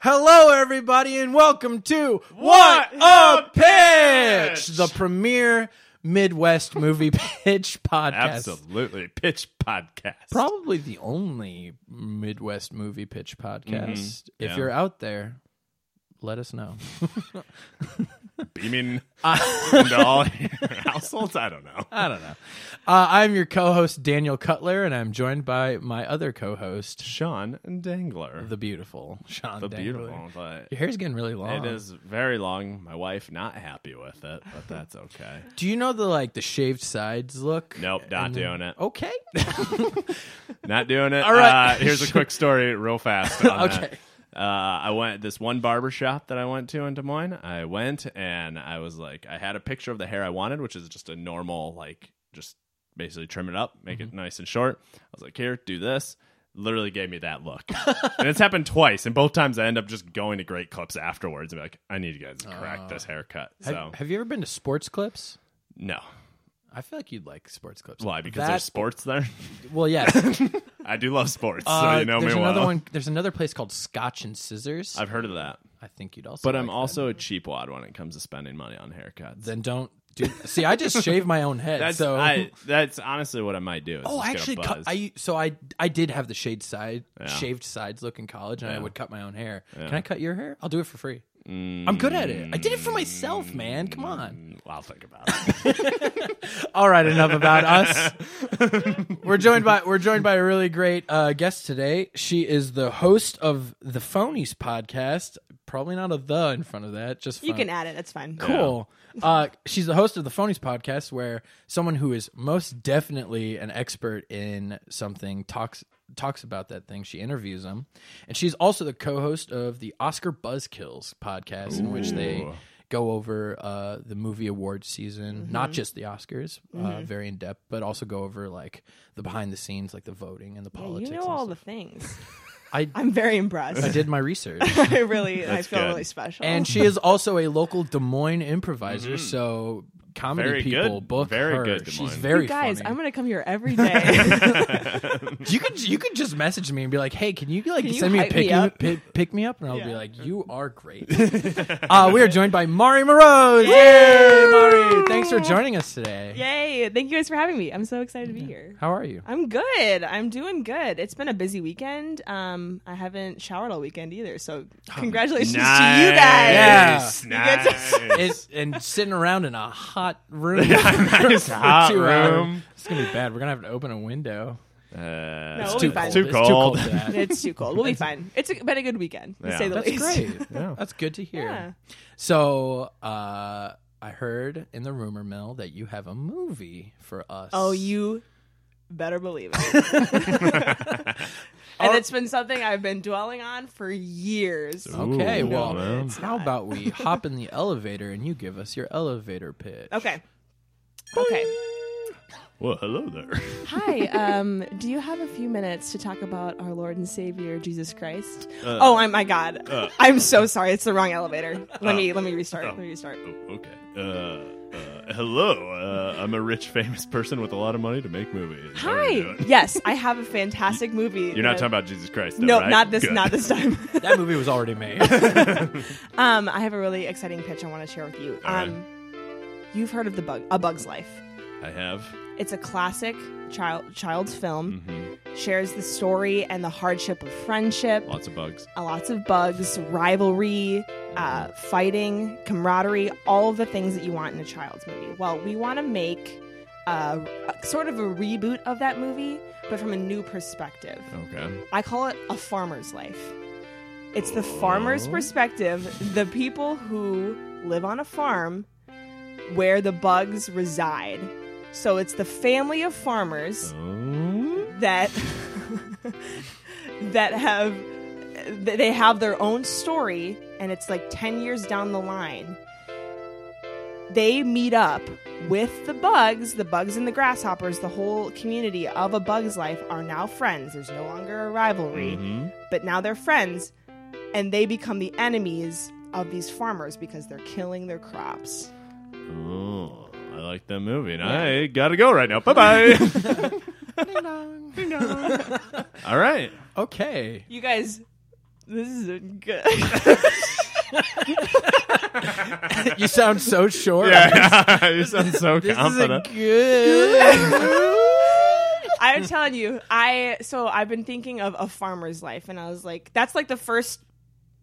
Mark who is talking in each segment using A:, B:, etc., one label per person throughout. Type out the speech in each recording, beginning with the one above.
A: Hello, everybody, and welcome to
B: What
A: a
B: a
A: Pitch,
B: Pitch!
A: the premier Midwest movie pitch podcast.
B: Absolutely. Pitch podcast.
A: Probably the only Midwest movie pitch podcast. If
B: Mm-hmm. Yeah.
A: you're out there, let us know.
B: Beaming
A: Uh,
B: into all your households. I don't know.
A: I don't know. Uh, I'm your co host, Daniel Cutler, and I'm joined by my other co host,
B: Sean Dangler.
A: the beautiful Sean
B: The,
A: Dangler.
B: beautiful. But
A: Your hair's getting really long.
B: it is very long. My wife not happy with it, but that's okay.
A: Do you know the like the shaved sides look?
B: Nope, not doing it.
A: Okay.
B: Not doing it.
A: All right.
B: Uh, here's a quick story, real fast. on that.
A: Okay.
B: Uh, I went this one barber shop that I went to in Des Moines. I went and I was like, I had a picture of the hair I wanted, which is just a normal, like, just basically trim it up, make
A: Mm-hmm.
B: it nice and short. I was like, here, do this. Literally gave me that look, and it's happened twice. And both times I end up just going to Great Clips afterwards and be like, I need you guys to correct this haircut.
A: Oh. Have,
B: So
A: have you ever been to sports clips?
B: no,
A: I feel like you'd like sports clips.
B: why? Because
A: That-
B: there's sports there.
A: Well, yes.
B: I do love sports, so
A: Uh,
B: you know me
A: there's
B: well.
A: another one. There's another place called Scotch and Scissors. i
B: I've heard of that.
A: think you'd also.
B: But I'm
A: like
B: also a cheap wad when it comes to spending money on haircuts.
A: that. Then don't do. See, I just shave my own head.
B: That's
A: so.
B: I, that's honestly what I might do. is
A: Oh,
B: just
A: I
B: get a
A: actually cut.
B: buzz.
A: I so I I did have the shade side
B: Yeah.
A: shaved sides look in college, and I
B: Yeah.
A: would cut my own hair. Can I cut your hair? I'll do it for free. I'm good at it. I did it for myself, man. Come on.
B: Mm, I'll think about it.
A: All right, enough about us. we're joined by we're joined by a really great uh, guest today. She is the host of the Phonies podcast. Probably not a the in front of that. Just
C: You
A: phon-
C: can add it. That's fine.
A: cool. Uh, she's the host of the Phonies podcast, where someone who is most definitely an expert in something talks talks about that thing. She interviews them, and she's also the co-host of the Oscar Buzzkills podcast, in which they
B: Ooh.
A: go over uh, the movie awards season,
C: Mm-hmm.
A: not just the Oscars, uh, very in depth, but also go over like the behind the scenes, like the voting and the
C: Yeah,
A: politics.
C: you know
A: and
C: all
A: stuff.
C: the things.
A: I
C: I'm very
A: I
C: impressed.
A: did my research.
C: I really, I
B: That's
C: feel
B: good.
C: really special.
A: and she is also a local Des Moines improviser. So comedy
B: Mm-hmm. Very
A: people
B: good.
A: book
B: Very
A: her.
B: good Des
A: She's
B: Moines.
A: very
C: you guys,
A: funny.
C: I'm gonna come here every day.
A: you could you could just message me and be like, "Hey, can you like
C: Can you
A: send me a
C: hype me
A: pick you-
C: up?"
A: pick, pick me up?" And I'll be
C: Yeah.
A: like, "You are great." uh, we are joined by Mari Morose. Yay, Mari! Thanks for joining us today.
C: Yay! Thank you guys for having me. I'm so excited to be here.
A: How are you?
C: I'm good. I'm doing good. It's been a busy weekend. Um, I haven't showered all weekend either. So
A: Oh,
C: congratulations to you
B: Nice,
C: guys. Yeah.
B: nice.
A: It, and sitting around in a hot room,
B: nice
A: for
B: hot
A: two hours.
B: room.
A: It's gonna be bad. We're gonna have to open a window.
B: Uh,
C: we'll
B: it's
C: be
B: too,
C: fine.
B: cold. too
A: It's too cold.
B: cold.
A: for that.
C: It's too cold. We'll be fine. It's a, been a good weekend, to
B: Yeah.
C: say the
A: That's
C: least.
A: great.
B: Yeah.
A: That's good to hear.
C: Yeah.
A: So, uh, I heard in the rumor mill that you have a movie for us.
C: Oh, you better believe it.
B: Oh.
C: and it's been something I've been dwelling on for years.
A: Okay,
B: Ooh,
A: well,
B: man.
A: how about we hop in the elevator and you give us your elevator pitch?
C: Okay. Okay.
B: Well, hello there.
C: Hi. Um, do you have a few minutes to talk about our Lord and Savior Jesus Christ?
B: Uh.
C: oh, I'm, my God. I'm so sorry. It's the wrong elevator. Let me let me restart. Let me restart.
B: Uh. Oh, okay. Uh, uh, hello. Uh, I'm a rich, famous person with a lot of money to make movies. How are you
C: Hi.
B: doing?
C: Yes, I have a fantastic movie.
B: You're not talking about Jesus Christ, though,
C: No,
B: right?
C: not this.
B: Good.
C: Not this time.
A: That movie was already made.
C: Um, I have a really exciting pitch I want to share with you.
B: All right.
C: Um, you've heard of the bug, A Bug's Life.
B: I have.
C: It's a classic child child's film.
B: Mm-hmm.
C: Shares the story and the hardship of friendship,
B: Lots of bugs.
C: uh, lots of bugs, rivalry, uh, fighting, camaraderie, all of the things that you want in a child's movie. Well, we want to make uh, a, sort of a reboot of that movie, but from a new perspective.
B: Okay.
C: I call it a farmer's life. It's the farmer's perspective, the people who live on a farm where the bugs reside. So it's the family of farmers
B: Oh.
C: that that have th- they have their own story and it's like 10 years down the line they meet up with the bugs the bugs and the grasshoppers the whole community of a bug's life are now friends there's no longer a rivalry but now they're friends and they become the enemies of these farmers because they're killing their crops
B: Oh, I like that movie, and I gotta go right now. Bye bye. All right.
A: okay.
C: you guys this isn't good.
A: you sound so sure.
B: Yeah, you sound so
A: This
B: confident.
A: is a good.
C: I'm telling you, I so I've been thinking of a farmer's life, and I was like, that's like the first,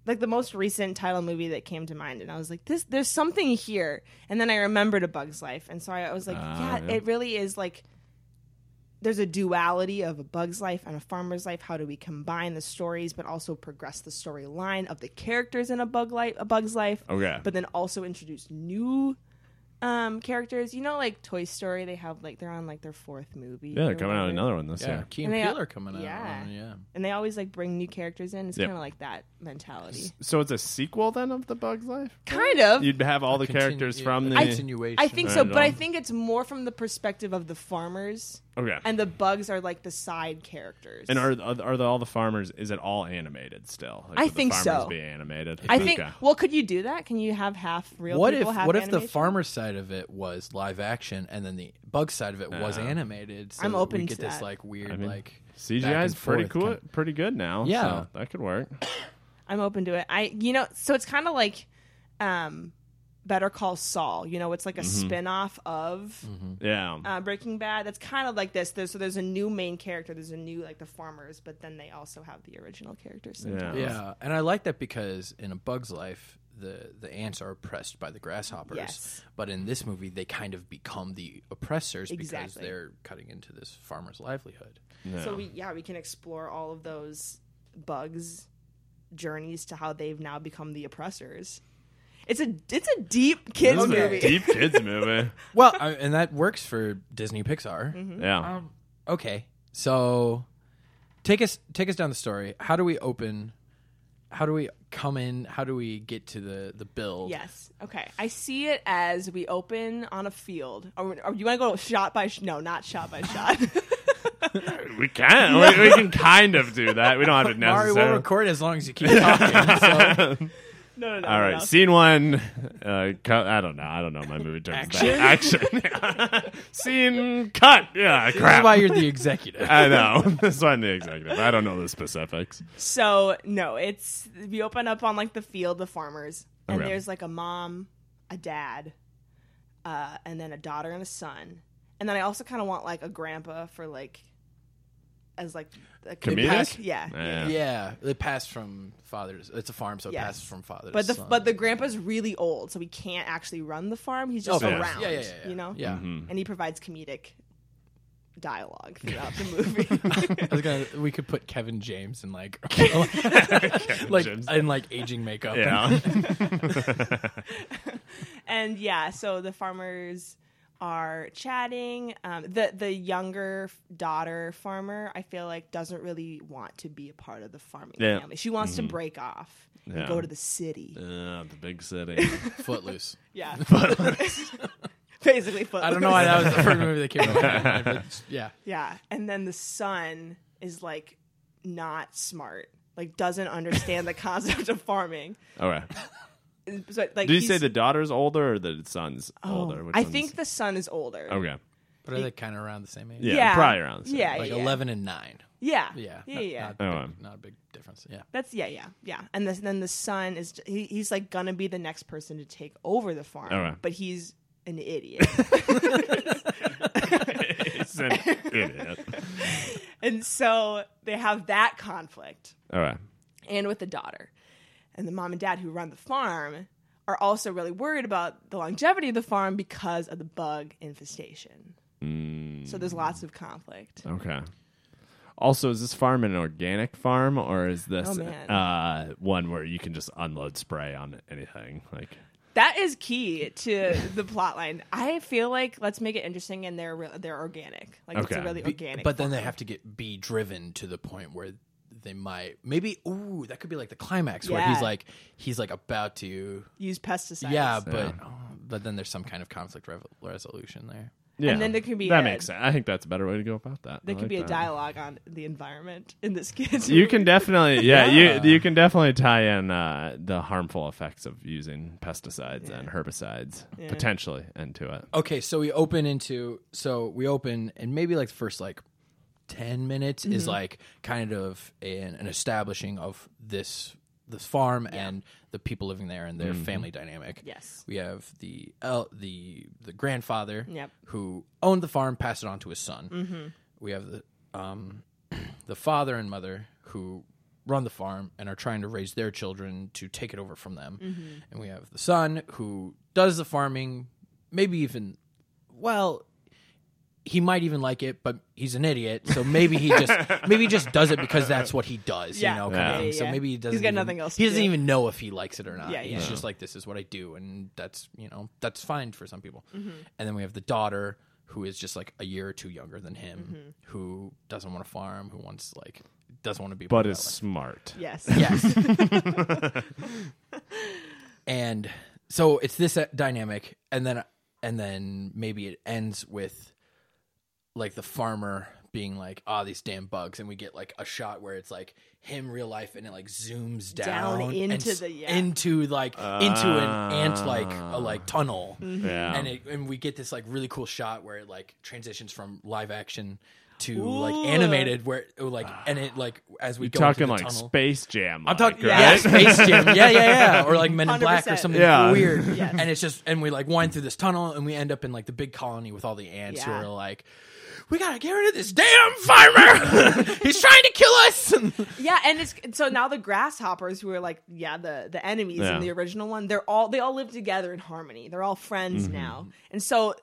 C: like the most recent title movie that came to mind, and I was like, this, there's something here, and then I remembered a Bug's Life, and so I was like,
B: Ah,
C: yeah,
B: yeah.
C: it really is like. There's a duality of a bug's life and a farmer's life. How do we combine the stories, but also progress the storyline of the characters in a bug life, a bug's life?
B: okay.
C: but then also introduce new um characters. You know, like Toy Story, they have like they're on like their fourth movie.
B: yeah,
C: or
B: they're coming out
C: whatever.
B: with another one this
A: Yeah,
B: year.
A: Key and
C: And they-
A: Peele are coming out.
C: yeah.
A: Yeah.
C: and they always like bring new characters in. It's
B: Yep.
C: kind of like that mentality,
B: So it's a sequel then of The Bug's Life?
C: kind of.
B: You'd have all the
A: Continu-
B: characters
A: yeah,
B: from the.
A: a continuation.
C: I think so,
B: Right
C: but I
B: on.
C: think it's more from the perspective of the farmers,
B: okay.
C: and the bugs are like the side characters.
B: And are are, are the, all the farmers? Is it all animated still? Like,
C: I
B: would the
C: think
B: farmers
C: so.
B: Be animated.
C: I think.
B: Okay.
C: Well, could you do that? Can you have half real?
A: what if
C: people, half
A: what if the
C: animation?
A: farmer side of it was live action and then the bug side of it was
B: Uh,
A: animated? So
C: I'm
A: that
C: open
A: we
C: to
A: get this
C: that.
A: like weird
B: I mean,
A: like back
B: CGI is
A: and
B: pretty
A: forth
B: cool,
A: kind
B: pretty good now.
A: Yeah.
B: so that could work.
C: I'm open to it. I you know, so it's kind of like um Better Call Saul, you know, it's like a
B: Mm-hmm.
C: spin-off of
A: Mm-hmm.
B: Yeah,
C: uh, Breaking Bad. That's kind of like this. There's, so there's a new main character. There's a new like the farmers, but then they also have the original characters.
B: yeah,
A: Yeah, and I like that because in a bug's life, the the ants are oppressed by the grasshoppers.
C: Yes.
A: But in this movie, they kind of become the oppressors because
C: Exactly.
A: they're cutting into this farmer's livelihood.
B: Yeah.
C: So we yeah we can explore all of those bugs journeys to how they've now become the oppressors. It's a it's a deep kids
B: This is a
C: movie.
B: deep kids movie.
A: Well, I, and that works for Disney Pixar.
B: yeah,
A: Um, Okay, so take us take us down the story. How do we open? How do we come in? How do we get to the the build?
C: Yes. Okay. I see it as we open on a field. Or, or you want to go shot by sh- no, not shot by shot.
B: we can. We, we can kind of do that. We don't have to
A: Mari, we'll
B: necessarily.
A: record as long as you keep talking. So.
C: no, no, no.
B: All
C: no,
B: right,
C: no.
B: scene one. Uh, cut. I don't know. I don't know my movie terms. Action. Action. scene cut. Yeah,
A: This is
B: crap.
A: why you're the executive.
B: I know. this is why I'm the executive. I don't know the specifics.
C: So no, it's we open up on like the field, the farmers, and
B: Okay.
C: there's like a mom, a dad, uh, and then a daughter and a son, and then I also kind of want like a grandpa for like as like a
B: Comedic? Eh,
C: yeah.
B: Yeah.
A: Yeah, it passed from father. To, it's a farm, so it
C: Yes.
A: passes from father. to
C: But the
A: son.
C: but the grandpa's really old, so he can't actually run the farm. He's just
A: Oh,
B: of course.
C: around,
A: Yeah, yeah, yeah, yeah.
C: you know,
A: Yeah.
C: and he provides comedic dialogue throughout the movie.
B: Mm-hmm.
A: I was gonna. We could put Kevin James in like, like
B: James.
A: in like aging makeup.
B: Yeah.
C: and yeah, so the farmers are chatting. Um, the the younger f- daughter farmer, I feel like, doesn't really want to be a part of the farming
B: Yeah. Mm-hmm.
C: family. She wants to break off and
B: Yeah.
C: go to the city.
B: Uh, the big city.
A: Footloose.
C: Yeah, basically. Footloose.
A: I don't know why that was the first movie that came up. But yeah,
C: Yeah, and then the son is like not smart. Like doesn't understand the concept of farming.
B: Okay.
C: So, like,
B: Did you say
C: he's-
B: the daughter's older or the son's
C: Oh,
B: older? Which
C: I
B: one's-
C: think the son is older.
B: Okay.
A: but are they kind of around the same age?
B: Yeah.
C: Yeah.
B: Probably around. the same.
C: Yeah,
A: like
C: yeah.
A: eleven and nine.
C: Yeah.
A: Yeah,
C: Yeah.
A: not,
C: yeah.
A: Not, a
B: Oh,
A: big,
B: um.
A: not a big difference. Yeah,
C: That's yeah, yeah, yeah. And this, then the son is he, he's like gonna be the next person to take over the farm,
B: All right.
C: but he's an idiot.
B: He's an idiot.
C: and so they have that conflict,
B: All right.
C: and with the daughter, and the mom and dad who run the farm are also really worried about the longevity of the farm because of the bug infestation.
B: Mm.
C: So there's lots of conflict.
B: Okay. Also, is this farm an organic farm or is this
C: Oh, man.
B: uh, one where you can just unload spray on anything? Like,
C: That is key to the plot line. I feel like let's make it interesting, and they're re- they're organic. Like it's a
B: Okay.
C: really
A: Be-
C: organic.
A: But then they have to get be driven to the point where they might maybe. Ooh, that could be like the climax where
C: Yeah.
A: he's like he's like about to.
C: use pesticides.
A: Yeah, but oh, but then there's some kind of conflict rev- resolution there.
B: yeah,
C: then there could be
B: that
C: a-
B: makes sense. I think that's a better way to go about that.
C: There
B: I
C: could
B: like
C: be a
B: that.
C: dialogue on the environment in this kid's.
B: You can definitely, yeah,
A: Yeah.
B: you you can definitely tie in uh, the harmful effects of using pesticides and herbicides potentially into it.
A: okay so we open into so we open and maybe like the first like Mm-hmm. 10 minutes is like kind of an, an establishing of this this farm and the people living there and their family dynamic.
C: Yes.
A: We have the el- the the grandfather
C: Yep. Mm-hmm.
A: who owned the farm, passed it on to his son. We have the um, the father and mother who run the farm and are trying to raise their children to take it over from them.
C: Mm-hmm.
A: And we have the son who does the farming, maybe even well he might even like it, but he's an idiot. So maybe he just maybe he just does it because that's what he does.
C: Yeah.
A: You know, kind
B: Yeah.
A: of thing. So
C: Yeah.
A: maybe he
C: He's
A: doesn't.
C: got
A: even-
C: nothing else
A: He
C: to
A: doesn't
C: do.
A: even know if he likes it or not.
C: Yeah,
A: he's
C: yeah.
A: just like, this is what I do, and that's you know that's fine for some people. And then we have the daughter who is just like a year or two younger than him, who doesn't want to farm, who wants like doesn't want to be. a part
B: but
A: of
B: is
A: that life.
B: smart.
C: Yes.
A: Yes. and so it's this uh, dynamic, and then and then maybe it ends with like the farmer being like, "Ah, these damn bugs," and we get like a shot where it's like him real life, and it like zooms down,
C: Down
A: and
C: into
A: s-
C: the- yeah.
A: into like into an ant like
B: Ah.
A: a like tunnel.
C: Mm-hmm.
B: Yeah.
A: And it, and we get this like really cool shot where it like transitions from live action to like
C: Ooh.
A: animated where it, like and it like as we
B: You're
A: go
B: talking
A: into the
B: like
A: tunnel,
B: Space Jam.
A: I'm talking
B: right?
A: yeah, Space Jam, yeah, yeah, yeah, or like Men in Black or
C: 100%.
A: something
B: Yeah.
A: weird.
C: Yes.
A: And it's just, and we like wind through this tunnel, and we end up in like the big colony with all the ants who
C: Yeah.
A: are like, "We gotta get rid of this damn farmer. He's trying to kill us." And
C: Yeah, and it's so now the grasshoppers who are like yeah the the enemies
B: Yeah.
C: in the original one they're all they all live together in harmony. They're all friends
B: Mm-hmm.
C: now, and so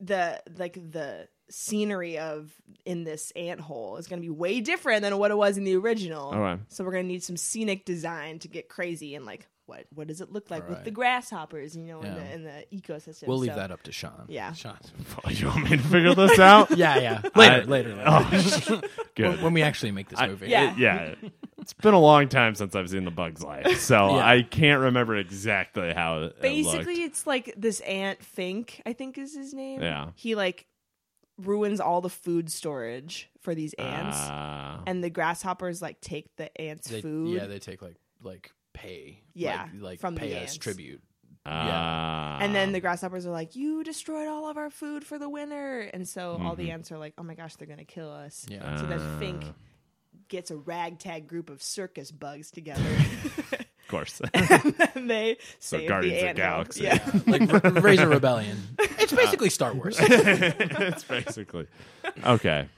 C: the like the scenery of in this ant hole is going to be way different than what it was in the original.
B: Okay.
C: So we're going to need some scenic design to get crazy and like what what does it look like with
A: Alright.
C: the grasshoppers? You know,
A: Yeah.
C: in, the, in the ecosystem.
A: we'll leave
C: So-
A: that up to Sean.
C: Yeah.
A: Sean.
B: You want me to figure this out?
A: Yeah, yeah. Later,
B: I-
A: later, later.
B: Oh, good.
A: When- When we actually make this
B: I-
A: movie.
C: Yeah.
B: yeah. It's been a long time since I've seen the Bugs Life, so
A: Yeah.
B: I can't remember exactly how it
C: basically
B: looked.
C: it's like this ant fink i think is his name
B: Yeah.
C: he like ruins all the food storage for these ants
B: Ah.
C: and the grasshoppers like take the ants
A: They-
C: food
A: Yeah, they take like like pay.
C: Yeah,
A: like, like
C: from the
A: pay
C: ants.
A: as tribute.
B: Ah.
C: and then the grasshoppers are like you destroyed all of our food for the winter and so all
B: Mm-hmm.
C: the ants are like oh my gosh they're gonna kill us
A: Yeah.
C: so then
B: Ah.
C: fink gets a ragtag group of circus bugs together
B: of course.
C: and they save
B: Guardians of
C: the
B: the
C: ant hill.
B: Galaxy.
C: yeah
A: like R- Razor Rebellion. It's basically Star Wars.
B: it's basically okay.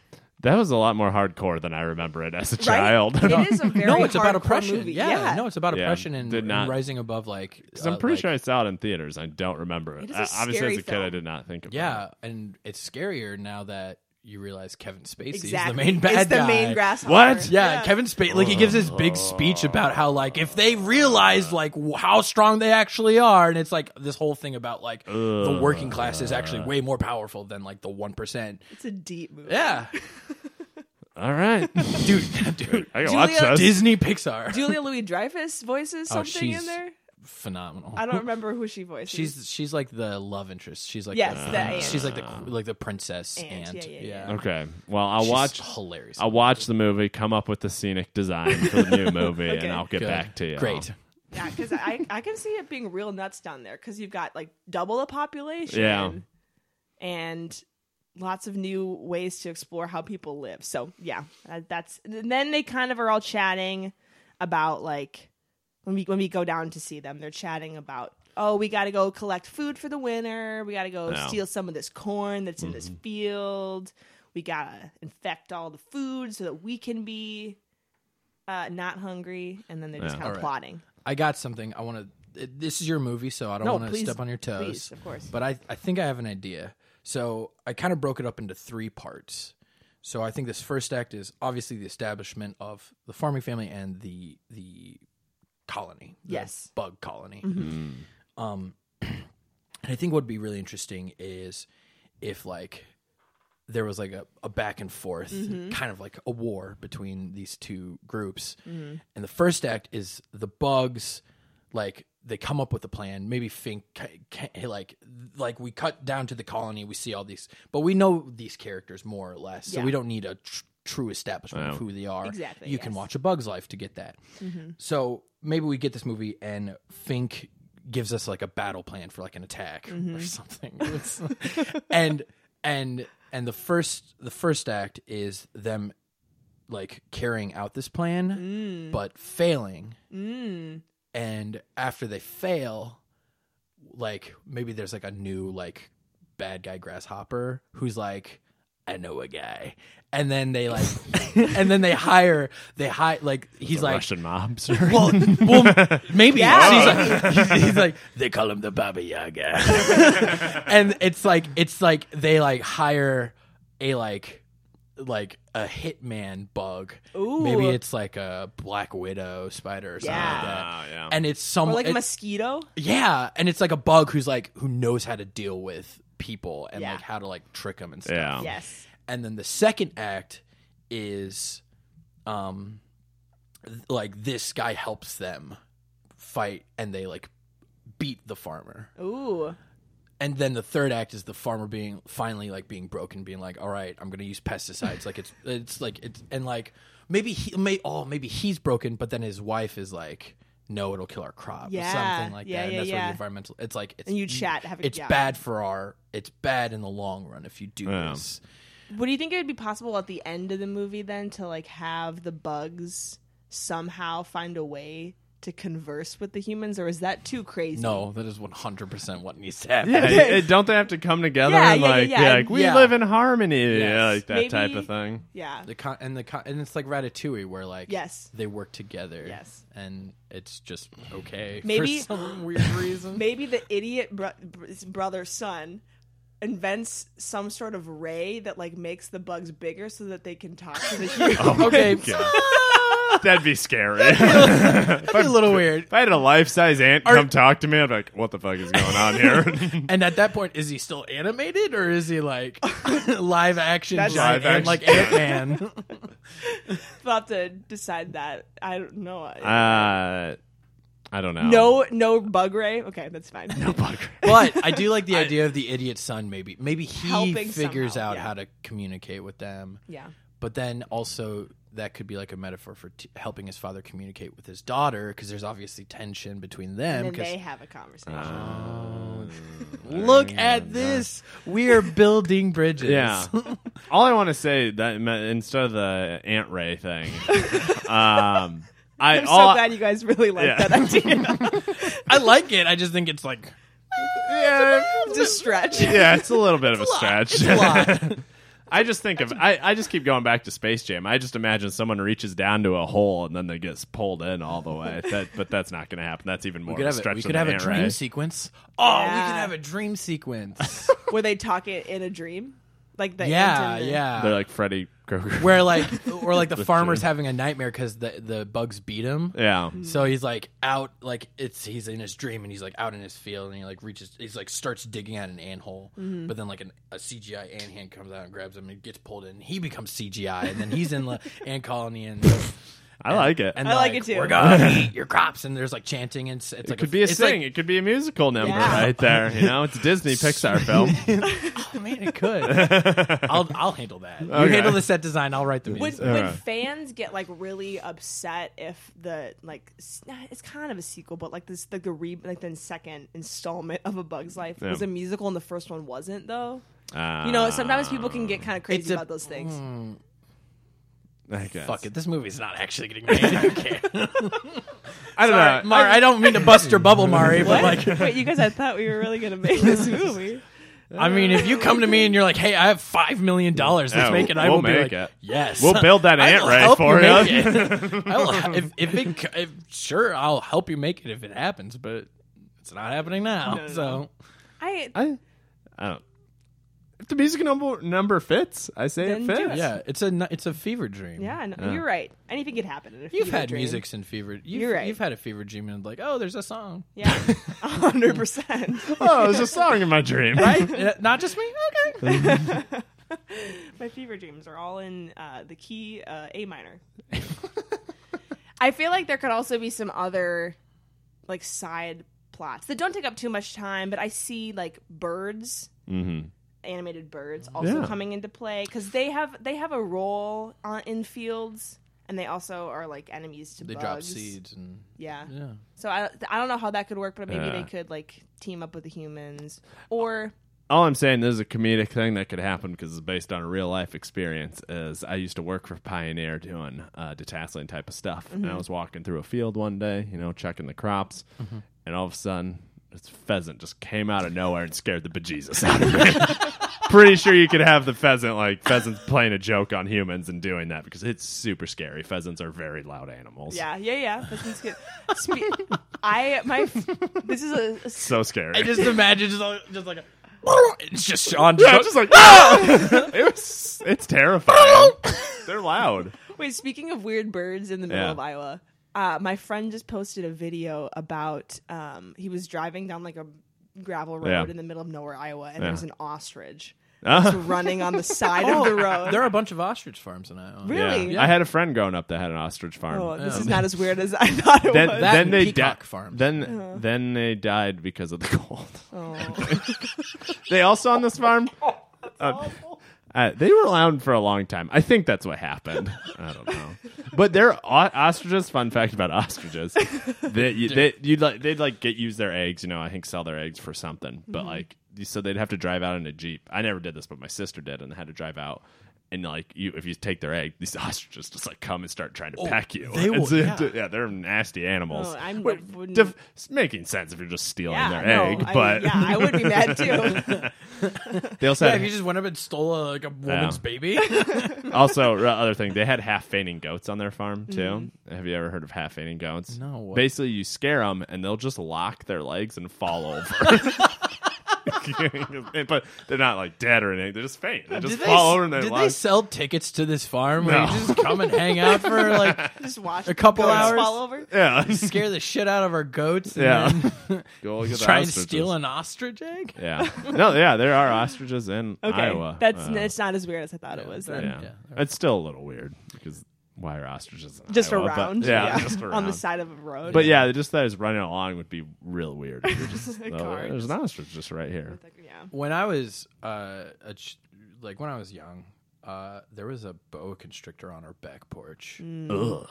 B: That was a lot more hardcore than I remember it as a child.
C: it is a very
A: no, it's about
C: hardcore
A: oppression.
C: movie.
A: Yeah, no, it's about
B: Yeah,
A: oppression and,
B: did
A: and
B: not-
A: rising above like.
B: 'Cause I'm
A: uh,
B: pretty
A: like-
B: sure I saw it in theaters. I don't remember it.
C: It is a
B: Uh, obviously,
C: scary
B: as a kid, I
C: film.
B: did not think of it.
A: Yeah, and it's scarier now that you realize Kevin Spacey is
C: exactly
A: the main bad
C: it's the
A: guy.
C: main grasshopper
B: What?
A: yeah, Kevin Spacey. Like he gives this big
B: Oh.
A: speech about how like if they realize like w- how strong they actually are, and it's like this whole thing about like the working class is actually way more powerful than like the one percent.
C: it's a deep movie
A: Yeah,
B: All right,
A: dude, dude,
B: I can
C: Julia
B: watch this.
A: Disney Pixar,
C: Julia Louis Dreyfus voices
A: Oh,
C: something
A: she's-
C: in there.
A: phenomenal.
C: I don't remember who she voices.
A: She's she's like the love interest. She's like
C: Yes,
A: the,
C: the aunt.
A: she's like the like the princess
C: Aunt,
A: aunt.
C: yeah, yeah, yeah.
B: okay. Well, I'll
A: She's
B: watch.
A: hilarious.
B: I'll watch the movie. Come up with the scenic design for the new movie,
C: Okay.
B: and I'll get
A: Good.
B: back to you.
A: Great.
C: yeah, because I I can see it being real nuts down there because you've got like double the population.
B: Yeah.
C: and lots of new ways to explore how people live. So yeah, that, that's and then they kind of are all chatting about like when we when we go down to see them, they're chatting about. Oh, we got to go collect food for the winter. We got to go
B: Yeah. Mm-hmm.
C: steal some of this corn that's in this field. We got to infect all the food so that we can be uh, not hungry. And then they're just
B: Yeah.
C: kind of
A: All right.
C: plotting.
A: I got something. I want to. This is your movie, so I don't
C: No,
A: want to
C: please,
A: step on your toes.
C: please, of course.
A: But I I think I have an idea. So I kind of broke it up into three parts. So I think this first act is obviously the establishment of the farming family and the the colony. the
C: Yes. Mm-hmm.
A: bug colony. Um, and I think what'd be really interesting is if like there was like a, a back and forth,
C: Mm-hmm.
A: kind of like a war between these two groups.
C: Mm-hmm.
A: And the first act is the bugs, like they come up with a plan. Maybe Fink, ca- ca- like, like we cut down to the colony, we see all these, but we know these characters more or less, so
C: Yeah.
A: we don't need a tr- true establishment of
B: Wow.
A: who they are.
C: Exactly,
A: you can
C: yes. Mm-hmm.
A: watch A Bug's Life to get that. So maybe we get this movie and Fink gives us like a battle plan for like an attack or something. It's- and and and the first the first act is them like carrying out this plan,
C: Mm-hmm.
A: but failing.
C: Mm.
A: And after they fail, like maybe there's like a new like bad guy grasshopper who's like I know a guy, and then they like, and then they hire they hire like he's like
B: Russian mobster.
A: well, well, maybe
C: Yeah.
A: He's, like, he's- he's like, they call him the Baba Yaga, and it's like it's like they like hire a like like a hitman bug.
C: Ooh.
A: Maybe it's like a Black Widow spider or something like that,
B: Ah, yeah.
A: and it's some
C: Or like a
A: it-
C: mosquito.
A: yeah, and it's like a bug who's like who knows how to deal with people and
C: Yeah.
A: like how to like trick them and stuff
B: yeah.
C: Yes.
A: and then the second act is um th- like this guy helps them fight and they like beat the farmer
C: Ooh.
A: and then the third act is the farmer being finally like being broken being like all right i'm gonna use pesticides like it's it's like it's and like maybe he may oh maybe he's broken but then his wife is like no it'll kill our crop
C: Yeah.
A: something like that
C: Yeah, yeah,
A: and that's what
C: yeah.
A: the environmental it's like it's
C: And you chat, have a-
A: it's
C: yeah.
A: bad for our it's bad in the long run if you do
B: Yeah.
A: this
C: Would you think it would be possible at the end of the movie then to like have the bugs somehow find a way to converse with the humans, or is that too crazy?
A: No, that is 100% what needs to happen.
B: Yeah, y- y- don't they have to come together
C: Yeah,
B: and
C: yeah, yeah,
B: like,
C: yeah.
B: be like we
A: Yeah.
B: live in harmony, yeah,
A: Yes.
B: like that
C: Maybe-
B: type of thing.
C: Yeah.
A: The con- and the con- and it's like Ratatouille where like
C: Yes.
A: they work together.
C: Yes.
A: And it's just okay
C: Maybe-
A: for some weird reason.
C: Maybe the idiot bro- br- brother son invents some sort of ray that like makes the bugs bigger so that they can talk to the humans.
A: okay.
B: That'd be scary. if
A: That'd be a little weird.
B: I had a life size ant come talk to me, I'd be like, what the fuck is going on here?
A: And at that point, is he still animated or is he like live action
C: That's-
A: giant
B: Live action.
A: like Ant Man?
C: We'll have to decide that. I don't know. I-
B: uh, I don't know.
C: no, no bug ray. Okay, that's fine.
A: but I do like the idea of the idiot son. Maybe maybe he
C: Helping
A: figures
C: somehow,
A: out
C: yeah.
A: how to communicate with them.
C: Yeah.
A: But then also that could be like a metaphor for t- helping his father communicate with his daughter because there's obviously tension between them.
C: And then
A: 'cause-
C: they have a conversation.
B: Uh, Oh,
A: Look at this. We are building bridges.
B: Yeah. All I want to say that instead of the ant ray thing, um, I
C: I'm so
B: all,
C: glad you guys really like
B: Yeah.
C: that idea.
A: I like it. I just think it's like
B: yeah,
C: it's a stretch.
B: yeah, it's a little bit of a, stretch.
A: a lot.
B: I just think of I, I just keep going back to Space Jam. I just imagine someone reaches down to a hole and then they gets pulled in all the way. That, but that's not going to happen. That's even more
A: we could
B: of a
A: have a,
B: stretch.
A: we
B: than
A: could have
B: the
A: a
B: ant
A: dream
B: ray.
A: sequence. Oh, we
C: Yeah.
A: could have a dream sequence.
C: Where they talk it in a dream, like the
A: yeah,
C: ant and the-
A: yeah.
B: They're like Freddy Krueger.
A: where like or like the farmer's having a nightmare because the the bugs beat him.
B: yeah.
A: So he's like out, like it's he's in his dream and he's like out in his field and he like reaches, he's like starts digging at an ant hole, but then like an, a CGI ant hand comes out and grabs him and gets pulled in. He becomes CGI and then he's in the ant colony and
B: I like it.
A: and
C: I like it too.
A: We're gonna eat your crops and there's like chanting and it's, it's
B: it
A: like
B: could be a
A: it's
B: sing. it could be a musical number
C: Yeah.
B: right there. You know, it's a Disney Pixar film.
A: Like, oh man, it could. I'll I'll handle that. You
B: Okay.
A: handle the set design. I'll write the
C: Would
A: music.
C: would
B: Alright.
C: fans get like really upset if the like s- nah, it's kind of a sequel, but like this like the re like the second installment of A Bug's Life
B: Yeah.
C: was a musical and the first one wasn't though.
B: Uh,
C: You know, sometimes people can get kind of crazy
A: a-
C: about those things.
B: I guess.
A: Fuck it. This movie's not actually getting made. Okay.
B: I don't
A: Sorry,
B: know.
A: Mar, I don't mean to bust your bubble, Mari, but
C: What?
A: like
C: Wait, you guys, I thought we were really gonna make this movie.
A: I mean, if you come to me and you're like, "Hey, I have five million dollars, let's
B: Yeah,
A: make it," I
B: we'll
A: will
B: make
A: be like,
B: it.
A: "Yes,
B: We'll build that
A: I
B: ant
A: will
B: ray
A: help
B: for
A: make
B: you.
A: it. I will, if, if it, c- if, sure, I'll help you make it if it happens, but it's not happening now.
C: No, no,
A: so
C: I
B: I, I don't. If the music number number fits, I say
C: Then
B: it
C: do
B: fits.
C: it.
A: yeah, it's a n- it's a fever dream.
C: yeah, no, you're right. Anything could happen. In a
A: You've
C: fever
A: had
C: dream.
A: music's in fever. You've,
C: You're right.
A: You've had a fever dream and like, oh, there's a song,
C: yeah, hundred percent.
B: Oh, there's a song in my dream.
A: right? Uh, Not just me. Okay.
C: My fever dreams are all in uh, the key uh, A minor. I feel like there could also be some other like side plots that don't take up too much time, but I see like birds,
B: Mm-hmm.
C: animated birds, also
B: Yeah.
C: coming into play because they have they have a role on, in fields, and they also are like enemies to
A: They
C: bugs.
A: drop seeds and
C: Yeah.
A: yeah.
C: So I I don't know how that could work, but maybe
B: Yeah.
C: they could like team up with the humans or
B: all I'm saying this is a comedic thing that could happen because it's based on a real life experience. Is I used to work for Pioneer doing uh, detasseling type of stuff, and I was walking through a field one day, you know, checking the crops, and all of a sudden, this pheasant just came out of nowhere and scared the bejesus out of me. Pretty sure you could have the pheasant like pheasants playing a joke on humans and doing that because it's super scary. Pheasants are very loud animals.
C: Yeah, yeah, yeah. That sounds good. Spe- I my this is a- a s-
B: so scary.
A: I just imagine just like, just like a, it's just Sean.
B: yeah, just like ah! it was, it's terrifying. They're loud.
C: wait. Speaking of weird birds in the middle
B: Yeah.
C: of Iowa, uh, my friend just posted a video about um, he was driving down like a gravel road
B: Yeah.
C: in the middle of nowhere, Iowa, and there
B: Yeah.
C: was an ostrich
B: Ah. Oh,
C: running on the side of the road.
A: There are a bunch of ostrich farms in Iowa.
C: Really?
B: Yeah. I had a friend growing up that had an ostrich farm.
C: Oh, this
A: Yeah.
C: is not as weird as I thought it
B: then,
C: was.
A: That
B: then
A: and
B: they
A: peacock
B: di-
A: farms.
B: Then, then they died because of the cold.
C: Oh.
B: they also on this farm. uh, uh, they were around for a long time. I think that's what happened. I don't know, but they're o- ostriches. Fun fact about ostriches: they you, they you'd like they'd like get use their eggs. You know, I think sell their eggs for something.
C: Mm-hmm.
B: But like, so they'd have to drive out in a jeep. I never did this, but my sister did, and had to drive out. And like you, if you take their egg, these ostriches just like come and start trying to peck you.
A: they
B: And
A: will,
B: so you have
A: yeah.
B: to- yeah, they're nasty animals.
C: Oh, I'm-
B: Which
C: wouldn't-
B: def- it's making sense if you're just stealing
C: yeah,
B: their
C: no,
B: egg,
C: I mean,
B: but
C: yeah, I would be mad too.
B: they also
A: Yeah,
B: had
A: if you just went up and stole a, like a woman's
B: Yeah.
A: baby.
B: also r- other thing they had half fainting goats on their farm too have you ever heard of half fainting goats
A: No, what-
B: basically you scare them and they'll just lock their legs and fall over but they're not like dead or anything they just faint they just
A: did
B: fall
A: they,
B: over and they
A: did
B: lock
A: they sell tickets to this farm where
B: No.
A: you just come and hang out for like
C: Just watch
A: A couple
C: goats
A: hours?
C: fall over.
B: yeah
A: scare the shit out of our goats? And
B: Yeah.
A: then
B: Go look at the
A: try and
B: ostriches.
A: steal an ostrich egg.
B: yeah no yeah there are ostriches in
C: Okay,
B: iowa
C: that's
B: Uh,
C: it's not as weird as I thought it was. Then.
B: yeah.
A: Yeah.
B: it's still a little weird because why are ostriches in
C: just
B: Iowa? But-
C: around,
B: yeah, just around
C: on the side of a road.
B: But yeah, just that is running along would be real weird. If you're just,
C: A
B: oh,
C: car
B: there's an ostrich just right here.
C: yeah,
A: When I was uh, a ch- like when I was young, uh, there was a boa constrictor on our back porch.
B: Ugh,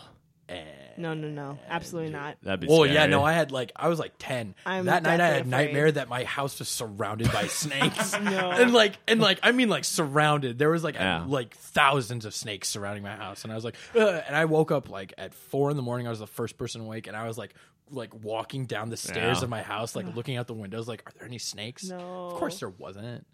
C: no, no, no, absolutely not.
B: that'd be.
A: Oh
B: scary.
A: yeah, no, I had like I was like ten.
C: I'm
A: that night I had
C: definitely
A: nightmare
C: afraid.
A: that my house was surrounded by snakes. And like and like I mean like surrounded. There was like a-
B: Yeah.
A: like thousands of snakes surrounding my house, and I was like, Ugh. and I woke up like at four in the morning. I was the first person awake, and I was like like walking down the stairs
B: Yeah.
A: of my house, like looking out the windows, like are there any snakes?
C: No.
A: of course there wasn't.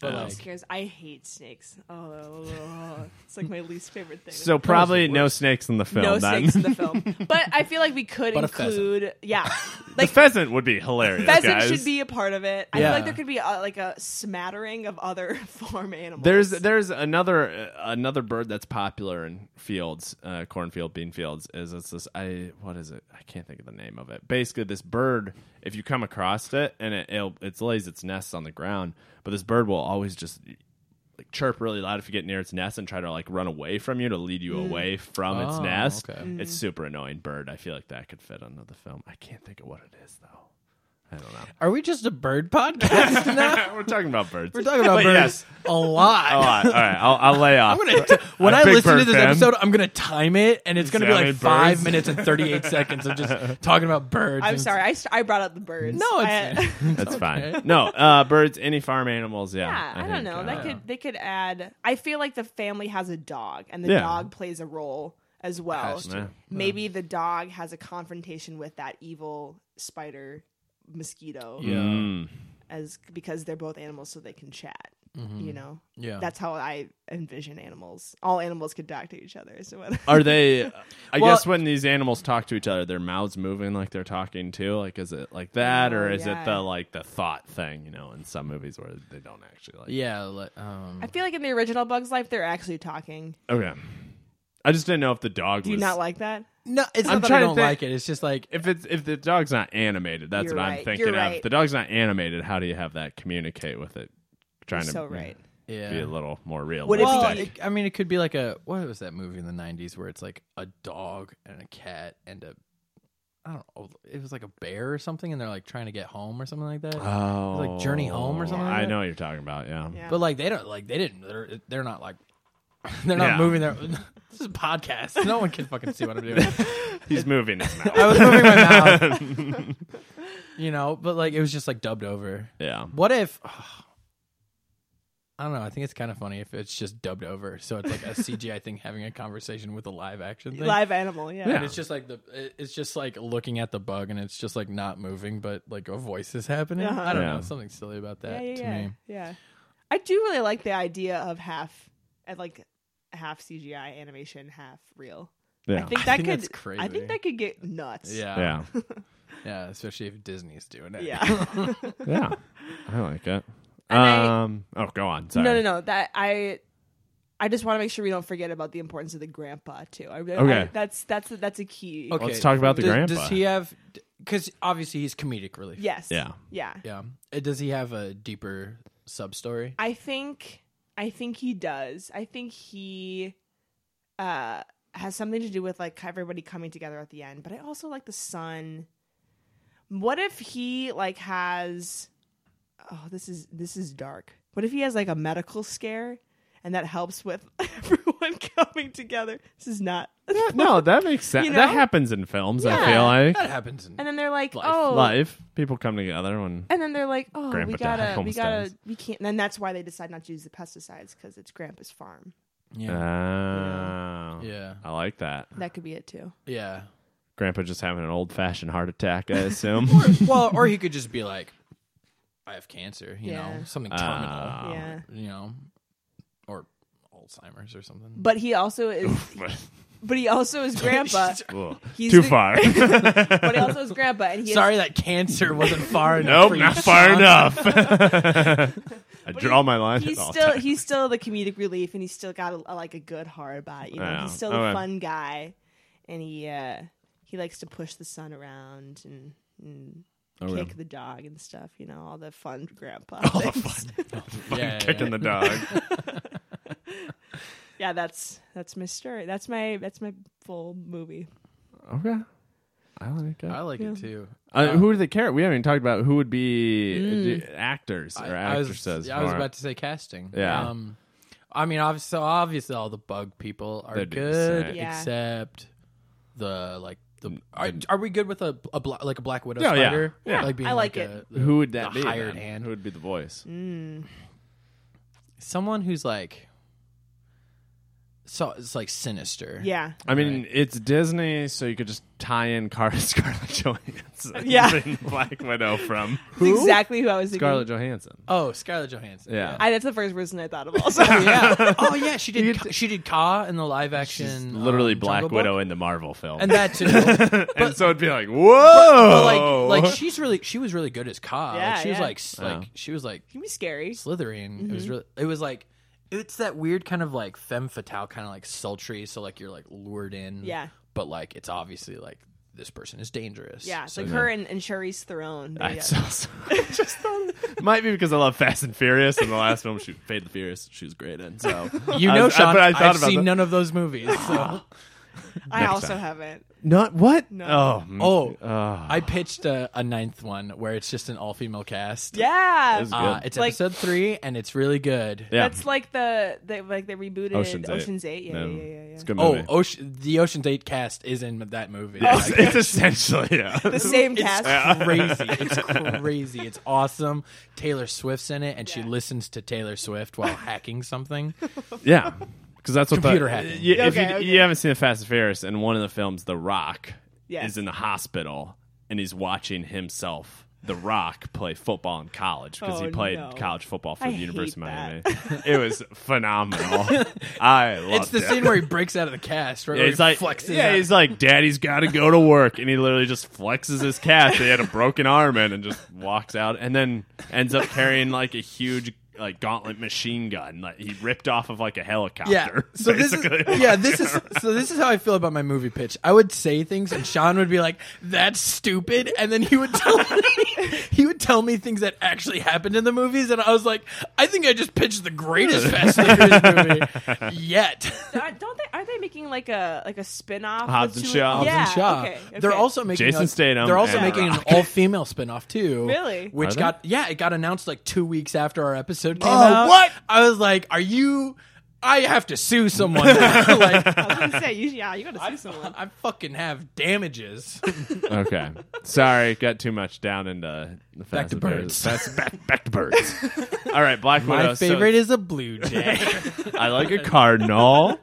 A: But
B: Yeah.
A: like,
C: Scares. I hate snakes. Oh, it's like my least favorite thing.
B: So probably
A: the
B: no snakes in the film.
C: no
B: then.
C: snakes in the film, but I feel like we could
A: But a pheasant.
C: include. Yeah,
B: The
C: like
B: pheasant would be hilarious.
C: pheasant
B: guys.
C: should be a part of it. I feel
A: Yeah.
C: like there could be a, like a smattering of other farm animals.
B: There's there's another uh, another bird that's popular in fields, uh, cornfield bean fields. Is it's this I what is it? I can't think of the name of it. Basically, this bird, if you come across it and it it'll, it lays its nests on the ground, but this bird will always just like chirp really loud if you get near its nest and try to like run away from you to lead you away from its
A: Oh,
B: nest.
A: okay.
B: It's super annoying bird. I feel like that could fit under the film. I can't think of what it is though. I don't know.
A: are we just a bird podcast now?
B: We're talking about birds.
A: We're talking about
B: But
A: birds
B: yes.
A: a lot.
B: Oh, All right, all right. I'll, I'll lay off.
A: I'm gonna t- when
B: a
A: I
B: big
A: listen to
B: bird
A: this
B: fan.
A: episode, I'm gonna time it, and it's gonna be
B: Sound
A: like
B: and
A: five
B: birds.
A: minutes and 38 seconds of just talking about birds.
C: I'm
A: and-
C: sorry, I, st- I brought up the birds.
A: No, it's-
C: I,
B: That's fine. No, uh, birds, any farm animals. Yeah,
C: Yeah, I,
B: think,
C: don't know.
B: uh,
C: That could they could add. I feel like the family has a dog, and the
B: Yeah.
C: dog plays a role as well.
A: Has to.
B: Yeah.
C: Maybe the dog has a confrontation with that evil spider mosquito
A: Yeah.
B: Mm.
C: as because they're both animals, so they can chat. You know,
A: Yeah.
C: that's how I envision animals. All animals could talk to each other. So what?
B: Are they? uh, I
A: Well-
B: guess when these animals talk to each other, their mouths moving like they're talking too. Like, is it like that, or
C: Oh,
B: is
C: yeah.
B: it the like the thought thing? You know, in some movies where they don't actually like.
A: yeah. Like, um,
C: I feel like in the original Bugs Life, they're actually talking.
B: Okay. I just didn't know if the dog
C: Do you
B: was
C: not like that?
A: no, it's
B: I'm
A: not that I
B: trying to
A: don't
B: think-
A: like it. It's just like
B: If it's if the dog's not animated, that's
C: You're
B: what
C: right.
B: I'm
C: You're
B: thinking of.
C: right.
B: If the dog's not animated, how do you have that communicate with it? Trying to
C: so right.
A: yeah.
B: be a little more realistic.
C: What if
A: well,
C: he-
A: it- I mean, it could be like a what was that movie in the '90s where it's like a dog and a cat and a I don't know, it was like a bear or something, and they're like trying to get home or something like that.
B: Oh,
A: Like Journey Home or something like
B: I
A: that?
B: know what you're talking about. Yeah.
C: Yeah.
A: But like they don't like they didn't they're they're not like they're not
B: Yeah.
A: moving their. This is a podcast. No one can fucking see what I'm doing.
B: He's moving his mouth.
A: I was moving my mouth. you know, but like it was just like dubbed over.
B: Yeah.
A: What if I don't know. I think it's kind of funny if it's just dubbed over, so it's like a CGI thing having a conversation with a live action thing.
C: Live animal, yeah.
A: And it's just like the it- it's just like looking at the bug and it's just like not moving, but like a voice is happening.
C: Uh-huh.
A: I don't
B: Yeah.
A: know. Something silly about that
C: yeah, yeah,
A: to
C: yeah.
A: me.
C: Yeah. I do really like the idea of half, at like half CGI animation, half real.
B: Yeah.
C: I think
A: I
C: that
A: think
C: could.
A: that's crazy.
C: I think that could get nuts.
A: Yeah.
B: yeah.
A: Yeah, especially if Disney's doing it.
C: Yeah.
B: yeah. I like it.
C: And I-
B: Um. oh, go on. Sorry.
C: no, no, no. That I. I just want to make sure we don't forget about the importance of the grandpa too. I, okay.
B: Okay.
C: that's that's that's a key.
A: Okay.
B: Let's talk about the
A: does,
B: grandpa.
A: Does he have? Because obviously he's comedic relief.
C: Yes.
B: Yeah.
C: Yeah.
A: Yeah. Uh, Does he have a deeper sub story?
C: I think I think he does. I think he uh has something to do with like everybody coming together at the end, but I also like the sun. What if he like has Oh, this is this is dark. What if he has like a medical scare and that helps with everyone coming together? This is not.
B: No, that makes sense.
C: You
B: That
C: know?
B: happens in films. I
C: Yeah.
B: feel like
A: That happens. In,
C: And then they're like,
A: Life.
C: "Oh,
B: life. People come together when.
C: And then they're like, "Oh,
B: Grandpa
C: we gotta,
B: died.
C: we gotta,
B: Homesteads.
C: we can't." And then that's why they decide not to use the pesticides because it's Grandpa's farm.
A: yeah.
B: Oh.
A: yeah.
B: I like that.
C: That could be it too.
A: Yeah.
B: Grandpa just having an old fashioned heart attack. I assume.
A: well, or he could just be like, I have cancer, you
C: Yeah.
A: know, something
B: Ah.
A: terminal,
C: yeah,
A: you know, or Alzheimer's or something.
C: but he also is, but he also is Grandpa.
B: Ugh.
C: He's
B: Too
C: the-
B: far.
C: But he also is Grandpa, and he has-
A: Sorry that cancer wasn't far enough.
B: nope,
A: for you,
B: not far
A: Sean.
B: enough. I draw my line.
C: he's
B: at all
C: still
B: times.
C: he's still the comedic relief, and he's still got a, a- like a good heart about it. You know,
B: Yeah.
C: he's still
B: Okay.
C: the fun guy, and he uh he likes to push the sun around and. and
A: Oh,
B: Okay.
C: Kick the dog and stuff, you know, all the fun grandpa.
B: Oh, All the
C: things.
B: Fucking
A: Yeah, yeah,
B: kicking
A: yeah.
B: the dog.
C: yeah, that's that's my story. That's my that's my full movie.
B: Okay. I like it.
A: I like
C: Yeah.
A: it too.
B: Uh, who do they care? We haven't even talked about who would be
C: Mm.
B: the actors or
A: I, I was,
B: actresses.
A: yeah, I was
B: for-
A: about to say casting.
B: Yeah.
A: Um, I mean, obviously, so obviously, all the bug people are
B: They're doing the
A: good,
B: same.
C: Yeah.
A: except the like the. Are, are we good with a, a bla- like a black widow
B: Oh, Yeah, yeah.
A: spider?
B: Yeah.
A: like being
C: I like
A: a- the-
B: who would that
A: the
B: be?
A: Hired
B: then?
A: hand. Hmm.
B: Who would be the voice?
C: Mm.
A: someone who's like so it's like sinister.
C: Yeah,
B: I mean, it's Disney, so you could just tie in Car- Scarlett Johansson.
C: Yeah.
B: and Black Widow from
C: That's exactly who I was thinking.
B: Scarlett Johansson.
A: Oh, Scarlett Johansson.
B: Yeah.
C: I, that's the first person I thought of. Also,
A: yeah. Oh yeah, she did. Ka- she did Ka in the live action.
B: She's literally
A: um,
B: Black
A: Jungle
B: Widow
A: Book.
B: in the Marvel film.
A: and that too.
B: and so it'd be like, whoa!
A: but like, like she's really, she was really good as Ka.
C: Yeah,
A: like, she was
C: yeah. Mm-hmm.
A: like, s- like
B: Oh. Yeah.
A: she was like
C: It can be scary.
A: Slytherin. It was really, it was like, it's that weird kind of like femme fatale, kind of like sultry. So like you're like lured in.
C: Yeah.
A: But like it's obviously like this person is dangerous.
C: Yeah, it's
A: So
C: like her and, and Charisse Theron.
B: I
C: Yeah.
B: so sorry. just thought it might be because I love Fast and Furious, and the last film, she Fate of the Furious, she was great in. So
A: you
B: I
A: know,
B: was- I-
A: Sean.
B: but I
A: I
B: thought
A: have
B: about
A: seen
B: that.
A: none of those movies. So.
C: I
B: next
C: also
B: time.
C: haven't.
B: Not what?
C: No.
B: Oh,
A: Oh,
B: oh.
A: I pitched a, a ninth one where it's just an all female cast.
C: Yeah,
B: was-
A: Uh,
B: Good.
A: it's
C: Like-
A: episode three and it's really good.
B: yeah.
C: that's like the, the like they rebooted
B: Ocean's
C: Ocean's
B: Eight.
C: Eight. Yeah,
B: No.
C: yeah, yeah, yeah.
B: It's a good
A: Oh,
B: movie.
A: Ocean, the Ocean's Eight cast is in that movie.
C: Oh,
B: It's,
A: Like,
B: it's essentially yeah.
C: The same cast.
A: crazy. It's crazy. It's awesome. Taylor Swift's in it and she listens to Taylor Swift while hacking something.
B: yeah, because that's what
A: Computer
B: the,
A: hacking.
B: You, if
C: Okay,
B: you,
C: okay.
B: you haven't seen the Fast and Furious, in one of the films, The Rock
C: Yes.
B: is in the hospital and he's watching himself. The Rock play football in college because he
C: Oh,
B: played
C: no.
B: college football for
C: I
B: the University of Miami.
C: hate
B: it was phenomenal. I loved
A: It's the
B: it.
A: scene where he breaks out of the cast, right?
B: Yeah,
A: where
B: he's
A: he
B: like,
A: flexes
B: yeah,
A: out.
B: he's like, Daddy's got to go to work, and he literally just flexes his calf. that He had a broken arm in, and just walks out, and then ends up carrying like a huge like gauntlet machine gun, like he ripped off of like a helicopter.
A: Yeah. So this is
B: basically.
A: yeah, this is so this is how I feel about my movie pitch. I would say things and Sean would be like, "That's stupid," and then he would tell me he would tell me things that actually happened in the movies, and I was like, "I think I just pitched the greatest Fast and Furious movie yet."
C: Uh, don't they? Aren't they making like a like a spin off?
B: Hobbs and Shaw. Hobbs
C: Yeah,
A: And Shaw.
C: Okay, okay.
A: They're also making
B: Jason
A: a-
B: Statham
A: They're also
B: and
A: making an
B: Rock.
A: all-female spin-off too.
C: Really?
B: Are
A: Which
B: they?
A: got yeah, it got announced like 2 weeks after our episode came
B: Oh,
A: out.
B: what?
A: I was like, "Are you I have to sue someone. now. like,
C: I was gonna say, you, yeah, you gotta see someone.
A: I fucking have damages.
B: Okay. Sorry, got too much down into the
A: Back
B: Fast
A: to
B: and
A: birds.
B: Furious. Fast- back, back to birds. All right, Black Widow.
A: My
B: so
A: favorite is a blue jay.
B: I like a cardinal.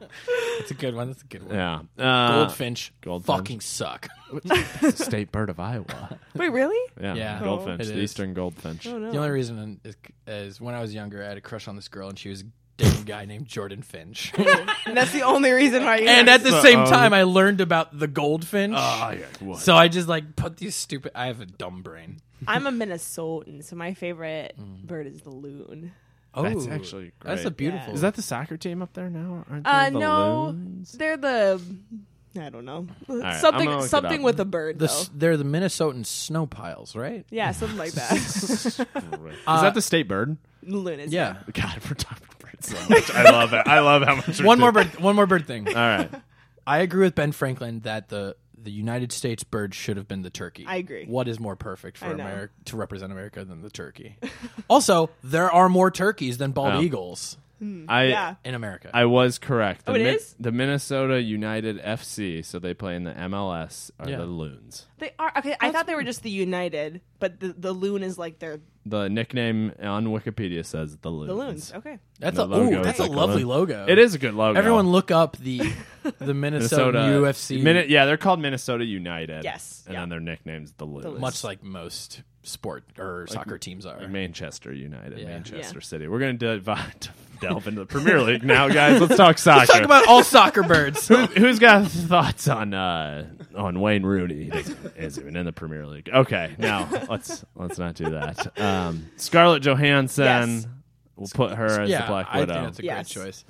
A: That's a good one. That's a good one.
B: Yeah. Uh,
A: Goldfinch,
B: Goldfinch.
A: fucking suck.
B: it's the state bird of Iowa.
C: Wait, really?
B: Yeah.
A: Yeah.
B: Goldfinch,
A: It
B: the
A: is.
B: eastern goldfinch.
C: Oh no.
A: The only reason is, is when I was younger, I had a crush on this girl, and she was dating a guy named Jordan Finch.
C: and that's the only reason why you.
A: and at the
B: So,
A: same
B: um,
A: time, I learned about the goldfinch.
B: yeah. What?
A: so I just like put these stupid. I have a dumb brain.
C: I'm a Minnesotan, so my favorite
B: Mm.
C: bird is the loon.
A: Oh,
B: That's actually
A: that's a
B: great.
A: beautiful.
B: Is that the soccer team up there now? Aren't they
C: Uh,
B: the
C: no,
B: Loons?
C: they're the. I don't know
B: right, I'm gonna
C: something
B: look it
C: something
B: up.
C: with a bird
A: the,
C: though.
A: s- they're the Minnesotan snow piles, right?
C: yeah, something like that.
B: Is that the state bird?
C: loon is
A: Yeah.
B: God, we're talking about birds so much. I love it. I love how much. we're
A: One more
B: doing-
A: bird. One more bird thing.
B: All right.
A: I agree with Ben Franklin that the the United States bird should have been the turkey.
C: I agree.
A: What is more perfect for
C: I know.
A: America to represent America than the turkey? also, there are more turkeys than bald
B: Oh.
A: eagles
B: I
C: Yeah.
A: in America.
B: I was correct. The
C: Oh, it is?
B: The Minnesota United FC, so they play in the MLS, are
A: Yeah.
B: the Loons.
C: They are okay. I thought they were just the United, but the, the loon is like their
B: The nickname on Wikipedia says the Loons.
C: the loons. Okay,
A: that's
B: the
A: a
B: logo
A: ooh,
B: is
A: that's a
B: like a
A: lovely
B: loon.
A: logo.
B: It is a good logo.
A: Everyone, look up the the Minnesota,
B: Minnesota
A: UFC.
B: Mini- yeah, they're called Minnesota United.
C: Yes,
B: and
C: yeah.
B: then their nickname's the Loons.
C: Loons.
A: much like most sport or soccer teams are.
B: Manchester United,
A: Yeah.
B: Manchester
C: Yeah.
B: City. We're gonna dive, delve into the Premier League now, guys. Let's talk soccer.
A: Let's talk about all soccer birds.
B: Who, who's got thoughts on uh, on Wayne Rooney? He doesn't- Isn't even in the Premier League. Okay, now let's let's not do that. Um, Scarlett Johansson.
C: Yes.
B: We'll put her as the
A: yeah,
B: Black
A: I think
B: Widow. Um,
A: that's a
C: Yes.
A: great choice.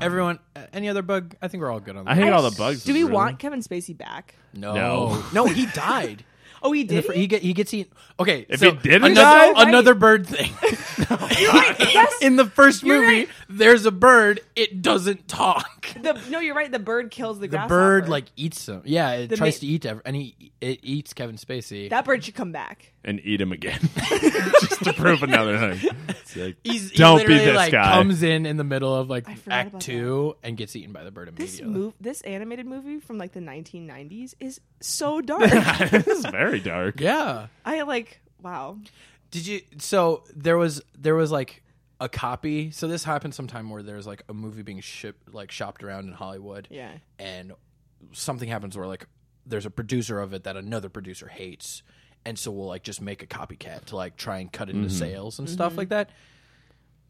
A: Everyone, uh, any other bug? I think we're all good on that.
B: I think all the bugs.
C: Do
B: is
C: we
B: really-
C: want Kevin Spacey back?
A: no,
B: No.
A: no, he died.
C: Oh, he
A: In the
C: did.
A: fr- he get he gets eaten. Okay,
B: If
A: so
B: he didn't
A: another,
B: die?
A: another bird thing.
C: yes.
A: In the first
C: You're
A: movie,
C: right.
A: there's a bird. It doesn't talk.
C: The, no, you're right. The bird kills the,
A: The
C: grasshopper.
A: bird like eats him. Yeah, it
C: The
A: tries
C: ma-
A: to eat ev- and he it eats Kevin Spacey.
C: that bird should come back.
B: and eat him again just to prove another thing? It's like,
A: He's, he
B: Don't be
A: literally,
B: this
A: like,
B: guy.
A: Comes in in the middle of like
C: I forgot
A: Act
C: about
A: Two and gets eaten by the bird
C: This
A: immediately.
C: move, this animated movie from like the 1990s is so dark.
B: this is very dark.
A: Yeah.
C: I like wow.
A: Did you? So there was there was like a copy. So this happened sometime where there's like a movie being shipped like shopped around in Hollywood.
C: Yeah.
A: and something happens where like there's a producer of it that another producer hates and so we'll like just make a copycat to like try and cut into sales and stuff like that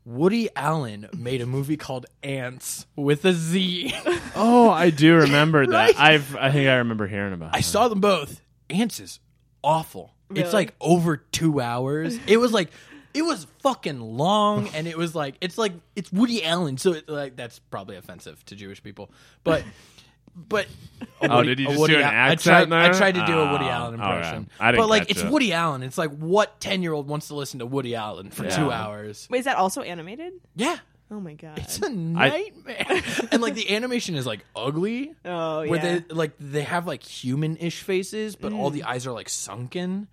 A: woody allen made a movie called ants with a z
B: Oh, I do remember that. I've I think I remember hearing about.
A: i
B: it.
A: saw them both ants is awful
C: Really?
A: it's like over two hours it was like it was fucking long and it was like it's like it's woody allen so it, like that's probably offensive to jewish people but but
B: Oh,
A: Woody-
B: did you
A: a
B: just
A: Woody
B: do an
A: Al-
B: accent
A: I tried,
B: there?
A: I tried to do a Woody
B: Oh,
A: Allen
B: all right.
A: impression,
B: I didn't
A: but like
B: catch
A: it's
B: it.
A: Woody Allen. It's like what ten year old wants to listen to Woody Allen for two
B: Yeah.
A: hours?
C: Wait, is that also animated?
A: Yeah,
C: Oh my god.
A: it's a nightmare. and like the animation is like ugly.
C: oh yeah. Mm.
A: Where they like they have like human-ish faces, but all the eyes are like sunken,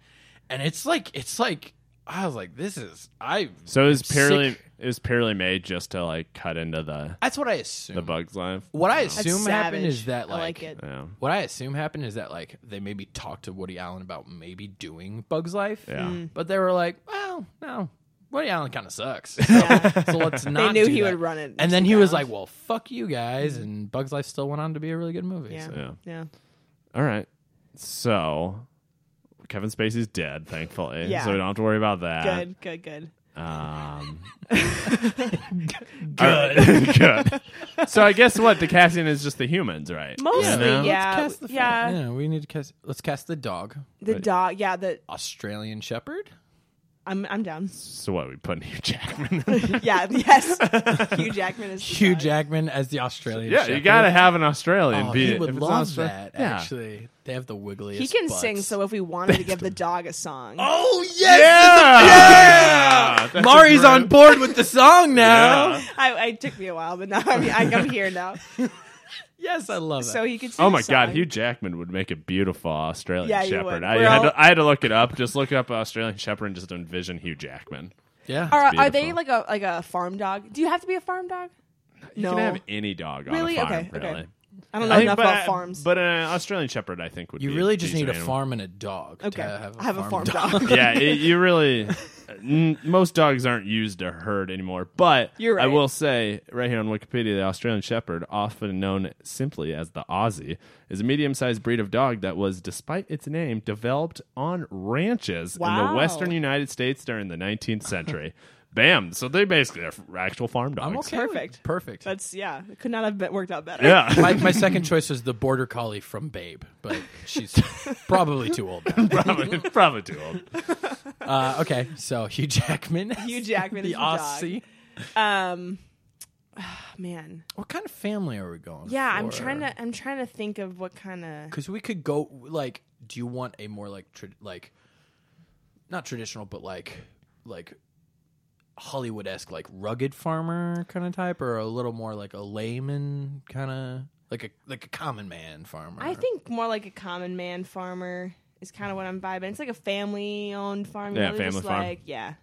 A: and it's like it's like I was like, this is I.
B: So it was
A: Sick.
B: purely it was purely made just to like cut into the
A: That's what I assume.
B: the bugs life.
A: What I
C: That's
A: assume happened
C: savage.
A: is that
C: I like it.
B: Yeah.
A: What I assume happened is that like they maybe talked to Woody Allen about maybe doing Bugs Life,
B: Yeah. Mm.
A: but they were like, well, no, Woody Allen kind of sucks, so,
C: Yeah.
A: so let's not.
C: knew
A: do
C: he
A: that.
C: would run it
A: and then
C: into
A: he
C: the
A: was
C: ground.
A: like, well, fuck you guys, and Bugs Life still went on to be a really good movie.
C: yeah.
A: so.
C: yeah.
B: Yeah. All right. So Kevin Spacey's dead, thankfully.
C: Yeah.
B: So we don't have to worry about that.
C: Good, good, good.
B: Um, good. good. So I guess what the casting is just the humans, right?
C: Mostly,
B: You know?
A: Let's
C: yeah.
A: cast the
C: Yeah.
A: yeah, we need to cast. Let's cast the dog,
C: The dog, yeah, the
A: Australian Shepherd.
C: I'm I'm down.
B: So what we put in Hugh Jackman?
C: Yeah, yes. Hugh Jackman is the
A: Hugh
C: dog.
A: Jackman as the Australian.
B: yeah, you
A: Shepherd.
B: gotta have an Australian.
A: Oh,
B: be
A: he
B: it-
A: would
B: if it's
A: love
B: Austra-
A: that.
B: Yeah.
A: Actually, they have the wiggliest.
C: He can
A: butts.
C: sing, so if we wanted to give the dog a song.
A: Oh yes,
B: Yeah. That's
A: Mari's
B: great-
A: on board with the song now.
B: Yeah.
C: I, it took me a while, but now I mean, I, I'm here now.
A: Yes, I love it.
C: So he could. Sing
B: Oh my
C: a song.
B: god, Hugh Jackman would make a beautiful Australian
C: Yeah, you
B: Shepherd.
C: would.
B: I
C: We're
B: had,
C: all-
B: to, I had to look it up. Just look up Australian Shepherd and just envision Hugh Jackman.
A: yeah.
C: Are, are they
B: beautiful.
C: like a like a farm dog? Do you have to be a farm dog?
B: You
C: No.
B: can have any dog
C: Really?
B: on a farm,
C: Okay, okay.
B: really.
C: I don't know
B: I think-
C: enough
B: but
C: about
B: I-
C: farms.
B: But an Australian Shepherd, I think, would
A: You
B: be
A: really just
B: decent
A: need a
B: animal.
A: farm and a dog.
C: okay,
A: to uh, have a
C: I have
A: farm,
C: a farm
A: dog.
C: dog.
B: yeah, it, you really. n- most dogs aren't used to herd anymore, but
C: You're right.
B: I will say right here on Wikipedia, the Australian Shepherd, often known simply as the Aussie, is a medium-sized breed of dog that was, despite its name, developed on ranches in
C: Wow.
B: the western United States during the 19th century. Bam! So they basically are f- actual farm dogs.
A: I'm okay.
C: Perfect.
A: With, perfect.
C: That's yeah. It could not have been, worked out better.
B: Yeah,
A: my, my second choice was the border collie from Babe, but she's probably too old. Now.
B: probably, probably too old.
A: Uh, okay, so Hugh Jackman, as
C: Hugh Jackman
A: the
C: is the dog.
A: Aussie.
C: Um, man.
A: What kind of family are we going?
C: Yeah, I'm trying to. I'm trying to think of what kind of.
A: because we could go like. Do you want a more like tra- like not traditional, but like like Hollywood esque like rugged farmer kind of type, or a little more like a layman kind of like a like a common man farmer?
C: I think more like a common man farmer is kind of what I'm vibing. It's like a family owned farm. you
B: Yeah,
C: really
B: family
C: just
B: farm.
C: Like, yeah,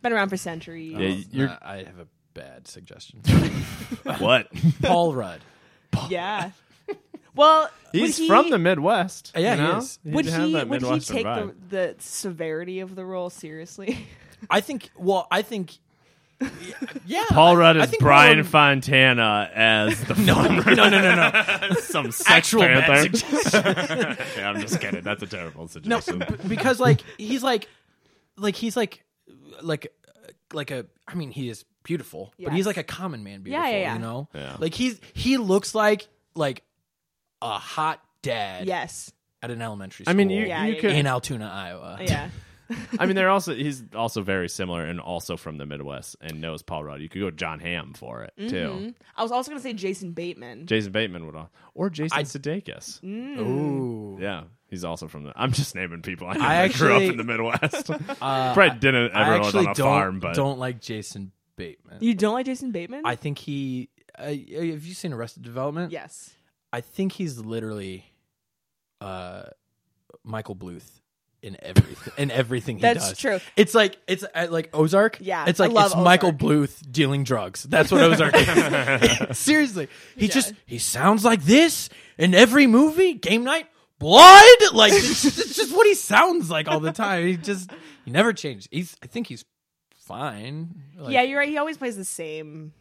C: been around for centuries.
B: Yeah,
A: Oh,
B: you're-
A: nah, I have a bad suggestion.
B: What?
A: Paul Rudd.
C: Yeah. well,
B: He's
C: would he,
B: from the Midwest.
A: Yeah,
B: you
A: he
B: know?
A: is.
B: He'd
C: Would
B: have
C: he?
B: that
C: Would he
B: Midwestern
C: take the,
B: vibe.
C: the severity of the role seriously?
A: I think. Well, I think. Yeah,
B: Paul Rudd
A: I
B: is
A: think
B: Brian
A: Paul
B: Fontana as the farmer.
A: Rudd- no, no, no, no.
B: Some sex
A: Actual bad
B: panther. yeah, I'm just kidding. That's a terrible
A: No,
B: suggestion.
A: b- because like he's like, like he's like, like, like a. I mean, he is beautiful, but he's
C: Yes.
A: like a common man beautiful.
C: yeah, yeah.
A: You know,
B: Yeah.
A: like he's he looks like like a hot dad
C: yes.
A: at an elementary school.
B: I mean, you,
C: Yeah,
B: you
C: yeah,
B: could.
A: in Altoona, Iowa.
C: Yeah.
B: I mean, they're also he's also very similar and also from the Midwest and knows Paul Rudd. You could go John Hamm for it
A: Mm-hmm.
B: too.
C: Mm-hmm. I was also gonna say Jason Bateman. Mm.
B: Jason Bateman would al- or Jason Sudeikis.
A: Ooh.
B: Mm. Yeah, he's also from the. I'm just naming people. I, know
A: I
B: that grew up
A: actually-
B: in the Midwest.
A: Uh,
B: Probably didn't
A: I
B: ever live
A: actually
B: on a
A: don't
B: farm, but
A: don't like Jason Bateman.
C: you don't like Jason Bateman?
A: I think he. Uh, have you seen Arrested Development?
C: yes.
A: I think he's literally uh Michael Bluth in everything in everything he
C: That's
A: does.
C: true.
A: It's like it's uh, like Ozark.
C: Yeah,
A: It's
C: I
A: like
C: love
A: it's Michael
C: Ozark.
A: Bluth dealing drugs. That's what Ozark is. Seriously. He just he sounds like this in every movie, game night, blood. Like it's, it's just what he sounds like all the time. He just he never changes. He's I think he's fine. Like,
C: yeah, you're right. He always plays the same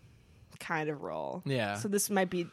C: kind of role.
A: Yeah.
C: So this might be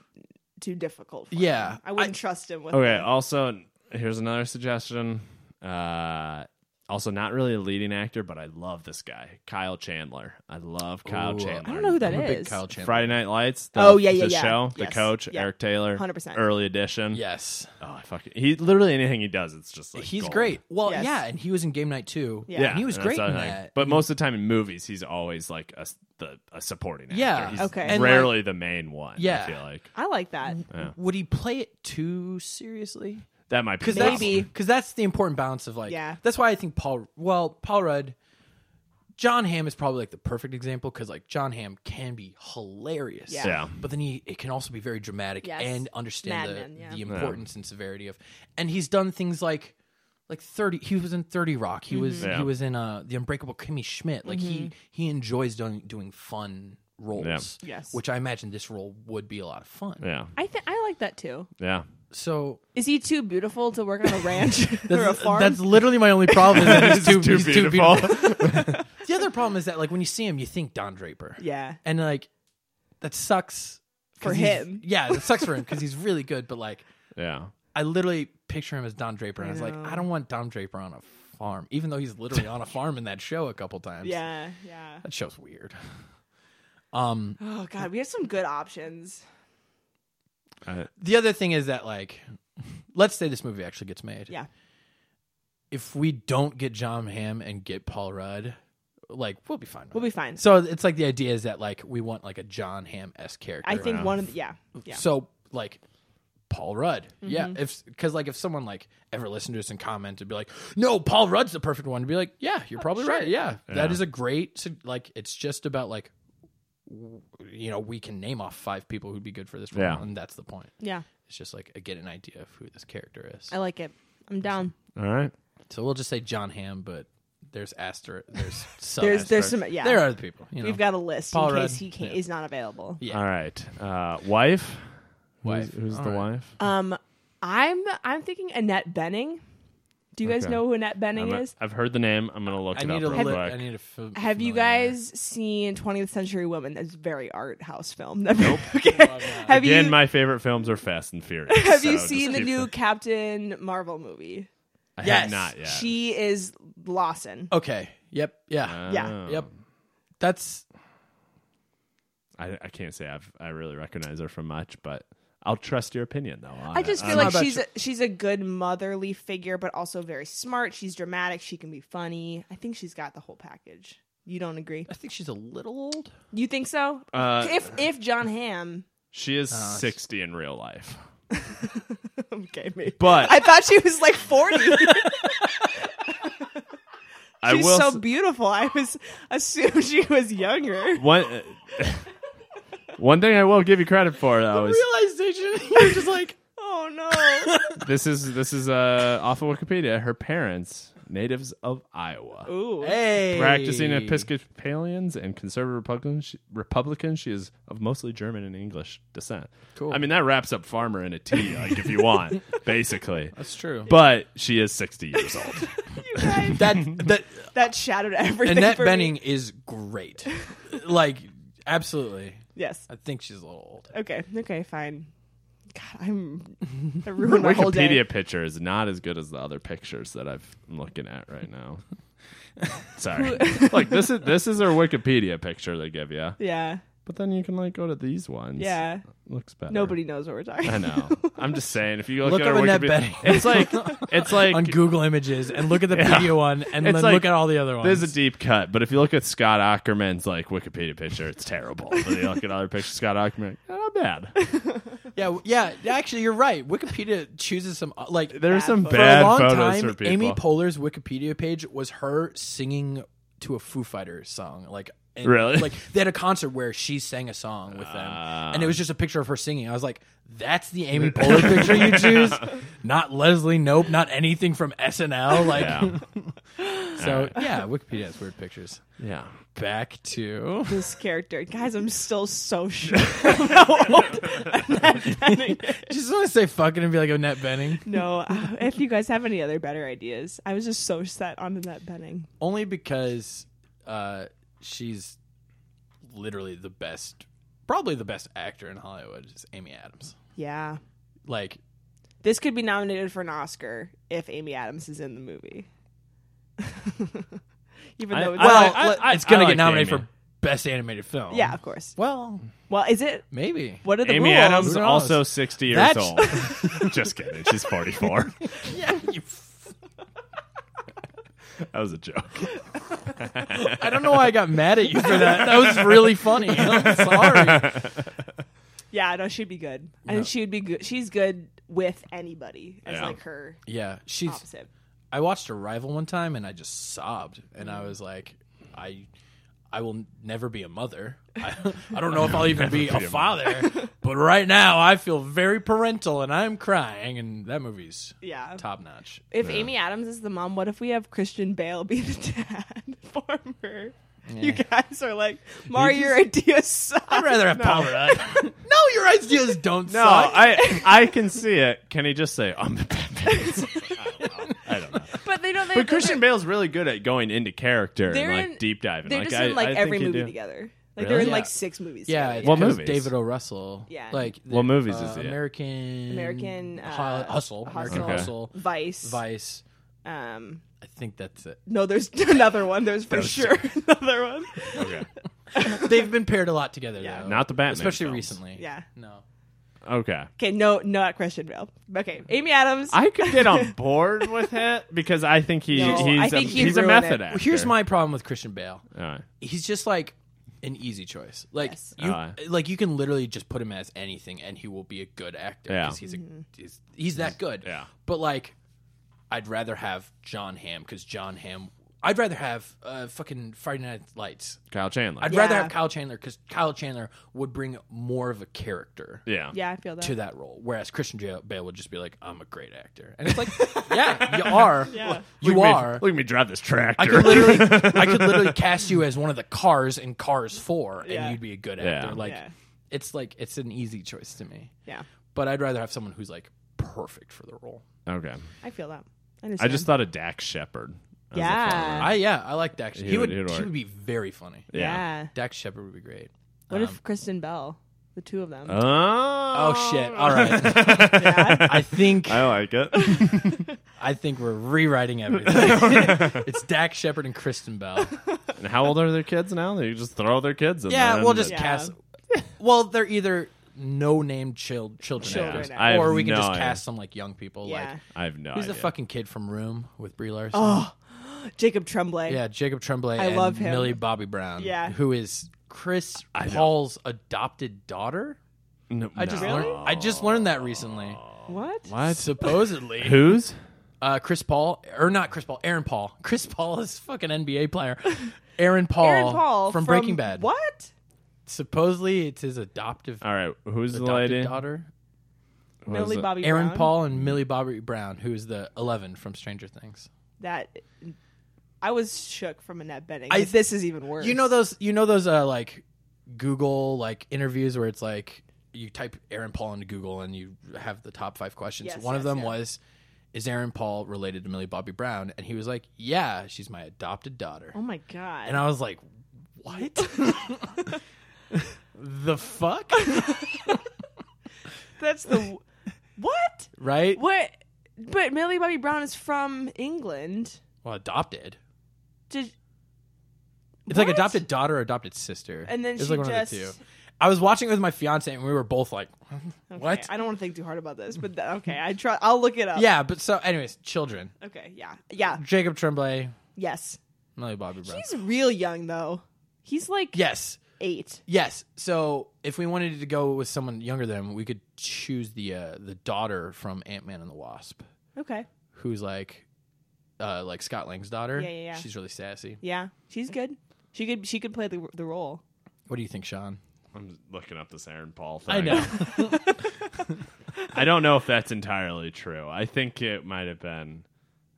C: too difficult. For
A: Yeah.
C: him. I wouldn't trust him with.
B: Okay. Also, here's another suggestion. Uh, also, not really a leading actor, but I love this guy, Kyle Chandler. I love Kyle
A: Ooh,
B: Chandler.
C: I don't know who that
A: I'm a big
C: is.
A: Kyle Chandler.
B: Friday Night Lights. The,
C: Oh, yeah, yeah,
B: the
C: yeah.
B: Show, the
C: Yes.
B: coach,
C: Yeah.
B: Eric Taylor,
C: 100%.
B: early edition.
A: Yes.
B: Oh, I fucking he literally anything he does, it's just like
A: He's
B: gold.
A: great. Well,
C: Yes.
A: yeah, and he was in Game Night too.
C: Yeah.
A: and he was
B: and
A: great
B: that's
A: in
B: the thing.
A: that.
B: But most of the time in movies, he's always like a s- the a supporting actor.
A: Yeah.
B: He's
C: Okay. And,
B: Rarely the main one.
A: Yeah.
B: I feel like
C: I like that.
A: would he play it too seriously?
B: that might be
A: Because
B: the problem.
A: that's because that's the important balance of like.
C: Yeah.
A: That's why I think Paul. Well, Paul Rudd, John Hamm is probably like the perfect example because like John Hamm can be hilarious.
C: Yeah.
B: Yeah.
A: But then he it can also be very dramatic
C: Yes.
A: and understand the,
C: Madman, yeah.
A: the importance and severity of, and he's done things like. Like thirty, he was in Thirty Rock. He was
B: Yeah.
A: he was in uh the Unbreakable Kimmy Schmidt. Like he
C: Mm-hmm.
A: he enjoys doing doing fun roles.
C: Yeah. Yes.
A: which I imagine this role would be a lot of fun.
B: yeah,
C: I think I like that too.
B: yeah.
A: So
C: Is he too beautiful to work on a ranch or a farm?
A: That's literally my only problem. Is that he's too,
B: Too
A: he's too
B: beautiful.
A: beautiful. the other problem is that like when you see him, you think Don Draper.
C: yeah.
A: and like that sucks 'cause
C: For
A: he's-
C: him.
A: Yeah, that sucks for him because he's really good. But like,
B: yeah.
A: I literally picture him as Don Draper, and I, was like,
C: know.
A: I don't want Don Draper on a farm, even though he's literally on a farm in that show a couple times.
C: Yeah. Yeah.
A: that show's weird. Um,
C: Oh God, we have some good options.
A: the other thing is that like let's say this movie actually gets made
C: Yeah.
A: if we don't get john hamm and get paul rudd like we'll be fine with
C: We'll
A: it.
C: be fine.
A: so it's like the idea is that like we want like a john hamm s character
C: I think one of the yeah. Yeah. Mm-hmm.
A: so like paul rudd yeah if because like if someone like ever listened to us and commented be like no paul rudd's the perfect one to be like yeah you're probably right yeah, that is a great su- like it's just about like w- you know we can name off five people who'd be good for this role
B: Yeah.
A: and that's the point
C: Yeah.
A: it's just like I get an idea of who this character is.
C: I like it. I'm down.
B: All right.
A: So we'll just say John Hamm, but there's Aster. There's some
C: There's- there's
A: asterisk.
C: some- yeah.
A: There are other people. You know,
C: We've got a list
A: Paul
C: in
A: Rudd.
C: case he can,
A: Yeah.
C: is not available.
A: Yeah.
B: All right. Uh, wife.
A: Wife.
B: Who's, who's
A: All
B: the
A: right.
B: wife?
C: Um, I'm I'm thinking Annette Benning. Do you guys
B: Okay.
C: know who Annette Benning
B: I'm a-
C: is?
B: I've heard the name. I'm gonna look
A: I
B: it
A: need,
B: up
A: a
B: real
A: li-
B: quick.
A: I need a. fa-
C: Have you
A: familiar-
C: guys seen 20th Century Women? That's a very art house film. Nope. okay. Have
B: Again,
C: you
B: my favorite films are Fast and Furious.
C: Have
B: so
C: you
B: just
C: seen the
B: keep-
C: new Captain Marvel movie?
B: I have
A: Yes.
B: not yet.
C: She is Lawson.
A: Okay. Yep. Yeah.
B: Oh.
C: yeah.
A: yep. That's
B: I, I can't say I've, I really recognize her from much, but I'll trust your opinion though. on it.
C: I
B: Um,
C: just
B: uh, I'm
C: feel
A: not
C: like
A: about
C: she's
A: you.
C: a, she's a good motherly figure, but also very smart. She's dramatic. She can be funny. I think she's got the whole package. You don't agree?
A: I think she's a little old.
C: You think so?
B: Uh,
C: if Oh, if John Hamm,
B: She is
A: it's-
B: 60 in real life.
C: okay, maybe.
B: But
C: I thought she was like forty.
B: I
C: She's
B: will
C: so
B: s-
C: beautiful. I was assumed she was younger.
B: one uh, One thing I will give you credit for though is
A: Realization. You're just like.
C: Oh no!
B: this is this is uh off of Wikipedia, her parents natives of Iowa.
C: Ooh,
A: Hey.
B: Practicing Episcopalians and conservative Republicans, she, Republican, she is of mostly German and English descent.
A: Cool.
B: I mean, that wraps up farmer in a T, like if you want, basically.
A: That's true.
B: But she is 60 years old.
C: you guys,
A: that that
C: that shattered everything.
A: Annette
C: for me.
A: Benning is great. like absolutely.
C: Yes.
A: I think she's a little old.
C: Okay. Okay. Fine. God, I'm. I ruined my whole day.
B: Wikipedia picture is not as good as the other pictures that I've- I'm looking at right now. Sorry. like this is this is her Wikipedia picture they give you,
C: Yeah.
B: but then you can like go to these ones.
C: Yeah.
B: looks better.
C: Nobody knows what we're talking.
B: I know. I'm just saying. If you look,
A: Look
B: at her
A: up Annette
B: Wikipedia,
A: Bening.
B: it's like it's like
A: On Google Images and look at the
B: Yeah.
A: video one and
B: It's
A: then
B: like-
A: look at all the other ones.
B: There's a deep cut, but if you look at Scott Ackerman's like Wikipedia picture, it's terrible. But you look at other pictures, Scott Ackerman, not bad.
A: yeah, w- yeah, actually you're right. Wikipedia chooses some uh, like
B: There's some
A: for
B: bad
A: a long
B: photos
A: time,
B: for people.
A: Amy Poehler's Wikipedia page was her singing to a Foo Fighters song. Like and-
B: Really?
A: Like they had a concert where she sang a song with them, and it was just a picture of her singing. I was like, "That's the Amy Poehler picture you choose, not Leslie Nope, not anything from SNL." Like,
B: Yeah.
A: so yeah, Wikipedia has weird pictures.
B: yeah.
A: Back to
C: This character, guys, I'm still so sure. of how old Annette Bening is.
A: just want to say fucking and be like Annette Benning,
C: No, uh, if you guys have any other better ideas, I was just so set on Annette Benning.
A: only because uh, she's literally the best, probably the best actor in Hollywood is Amy Adams.
C: Yeah,
A: Like
C: this could be nominated for an Oscar if Amy Adams is in the movie. Even though, it's
B: I-
A: Well,
B: like- I-
A: let-
B: I-
A: it's going to
B: I like
A: get nominated
B: Amy.
A: for best animated film.
C: yeah, of course.
A: Well,
C: Well, is it?
A: maybe.
C: What are the
B: Amy
C: rules?
B: Adams
A: Who knows?
B: also 60 years
A: That's-
B: old. just kidding. She's 44.
A: Yeah. You f-
B: that was a joke.
A: I don't know why I got mad at you for that. That was really funny. I'm sorry.
C: Yeah, no, she'd be good. I
A: No.
C: think she would be good. She's good with anybody as
B: Yeah.
C: like her
A: Yeah, she's.
C: opposite.
A: I watched Arrival one time and I just sobbed and I was like, I, I will never be a mother. I, I don't know if I'll even be, a
B: be a
A: father, but right now I feel very parental and I'm crying and that movie's
C: Yeah.
A: top notch.
C: If Amy Adams is the mom, what if we have Christian Bale be the dad for her? You guys are like, Mari, your idea sucks.
A: I'd rather have Paul Rudd. no, your ideas don't
B: No,
A: suck.
B: I I can see it. Can he just say, I'm the Batman? I don't know.
C: But they don't. They,
B: But Christian Bale's really good at going into character
C: They're
B: and like
C: in-
B: deep diving.
C: they're
B: like,
C: just
B: I,
C: in like
B: I think
C: every
B: you
C: movie
B: do.
C: together. Like they're
B: Really?
C: in like
A: Yeah.
C: six movies.
A: Yeah,
C: together.
A: it's
B: What
A: 'cause
B: movies?
A: David O. Russell.
C: Yeah.
A: Like
B: What movies is
A: uh,
B: he in?
A: American
C: American,
A: Hu-
C: uh,
A: Hustle, American
B: Hustle. Okay.
A: Hustle,
C: Vice.
A: Vice.
C: Um,
A: I think that's it.
C: no, there's another one. There's for sure another one.
B: Okay.
A: They've been paired a lot together
C: Yeah.
A: though,
B: Not the Batman
A: especially
B: films.
A: recently.
C: Yeah.
A: No.
B: Okay.
C: Okay, no, not Christian Bale. Okay, Amy Adams.
B: I could get on board with it because I think he
C: No,
B: he's,
C: I think
B: a,
C: you'd
B: he's a
C: ruin
B: method
C: it.
B: actor.
A: Well, here's my problem with Christian Bale.
B: All right.
A: He's just like an easy choice. Like
C: Yes.
A: you,
B: Uh.
A: like you can literally just put him as anything, and he will be a good actor
B: Yeah.
A: because he's a
C: Mm-hmm.
A: he's, he's that good.
B: Yeah.
A: But like, I'd rather have John Hamm because John Hamm. I'd rather have uh, fucking Friday Night Lights.
B: Kyle Chandler.
A: I'd
C: Yeah.
A: rather have Kyle Chandler because Kyle Chandler would bring more of a character
B: yeah.
C: Yeah, I feel that.
A: to that role, whereas Christian J- Bale would just be like, "I'm a great actor," and it's like, "Yeah, you are.
C: Yeah.
A: You
B: Look at me-
A: are."
B: look at me drive this tractor.
A: I could literally, I could literally cast you as one of the cars in Cars Four, and
C: Yeah.
A: you'd be a good
B: Yeah.
A: actor. Like,
C: Yeah.
A: it's like it's an easy choice to me.
C: Yeah,
A: But I'd rather have someone who's like perfect for the role.
B: okay.
C: I feel that.
B: I
C: understand.
B: just thought of Dax Shepard. as the
C: Yeah.
B: front runner.
A: I yeah, I like Dax. He,
B: He
A: would
B: would-
A: he
B: he would
A: would,
B: work.
A: be very funny.
C: Yeah.
A: Dax Shepard would be great.
C: What
A: Um,
C: if Kristen Bell, the two of them?
B: Oh.
A: Oh shit! All right,
C: yeah.
A: I think
B: I like it.
A: I think we're rewriting everything. it's Dax Shepard and Kristen Bell.
B: and how old are their kids now? They just throw their kids in
A: Yeah,
B: there
A: we'll
B: and-
A: just
C: Yeah.
A: cast. Well, they're either no name child children,
C: Children
A: actors,
C: actors.
B: I have
A: or we can
B: no
A: just
B: idea.
A: cast some like young people.
C: yeah.
A: Like
B: I have no
A: who's
B: idea.
A: the fucking kid from Room with Brie Larson?
C: Jacob Tremblay.
A: yeah, Jacob Tremblay.
C: Oh I
A: and
C: love him.
A: Millie Bobby Brown.
C: Yeah.
A: who is Chris
B: I don't-
A: Paul's adopted daughter?
B: No,
A: I just
B: no.
A: learned. I just learned that recently.
C: What?
B: What?
A: Supposedly,
B: Who's?
A: uh, Chris Paul or not Chris Paul? Aaron Paul. Chris Paul is fucking NBA player. Aaron Paul,
C: Aaron Paul
A: from Breaking Bad.
C: What?
A: Supposedly, it's his adoptive,
B: All right. Who's the
A: adopted
B: lady?
A: daughter.
B: What was
C: Millie
B: it?
C: Bobby
A: Aaron
C: Brown?
A: Paul and Millie Bobby Brown, who is the Eleven from Stranger Things.
C: That I was shook from Annette Benning.
A: I-
C: this is even worse.
A: You know those. You know those. Uh, like Google like interviews where it's like you type Aaron Paul into Google and you have the top five questions.
C: Yes,
A: One of
C: yes,
A: them
C: yeah.
A: was, "Is Aaron Paul related to Millie Bobby Brown?" And he was like, "Yeah, she's my adopted daughter."
C: Oh my god.
A: And I was like, "What? the fuck?"
C: That's the what?
A: right?
C: What? But Millie Bobby Brown is from England.
A: Well, adopted.
C: Did
A: It's like
C: What?
A: adopted daughter, or adopted sister,
C: And then
A: it's
C: she
A: like one of the two.
C: just-
A: I was watching it with my fiance, and we were both like,
C: Okay,
A: "What?"
C: I don't want to think too hard about this, but th- okay, I try. I'll look it up.
A: Yeah, but so, anyways, children.
C: Okay. Yeah. Yeah.
A: Jacob Tremblay,
C: Yes.
A: Millie Bobby Brown.
C: He's real young though. He's like
A: Yes,
C: eight.
A: yes. So if we wanted to go with someone younger than him, we could choose the uh, the daughter from Ant Man and the Wasp,
C: Okay.
A: who's like, uh, like Scott Lang's daughter.
C: Yeah, yeah, yeah.
A: She's really sassy.
C: Yeah. She's good. She could. She could play the the role.
A: What do you think, Sean?
B: I'm looking up this Aaron Paul thing.
A: I know.
B: I don't know if that's entirely true. I think it might have been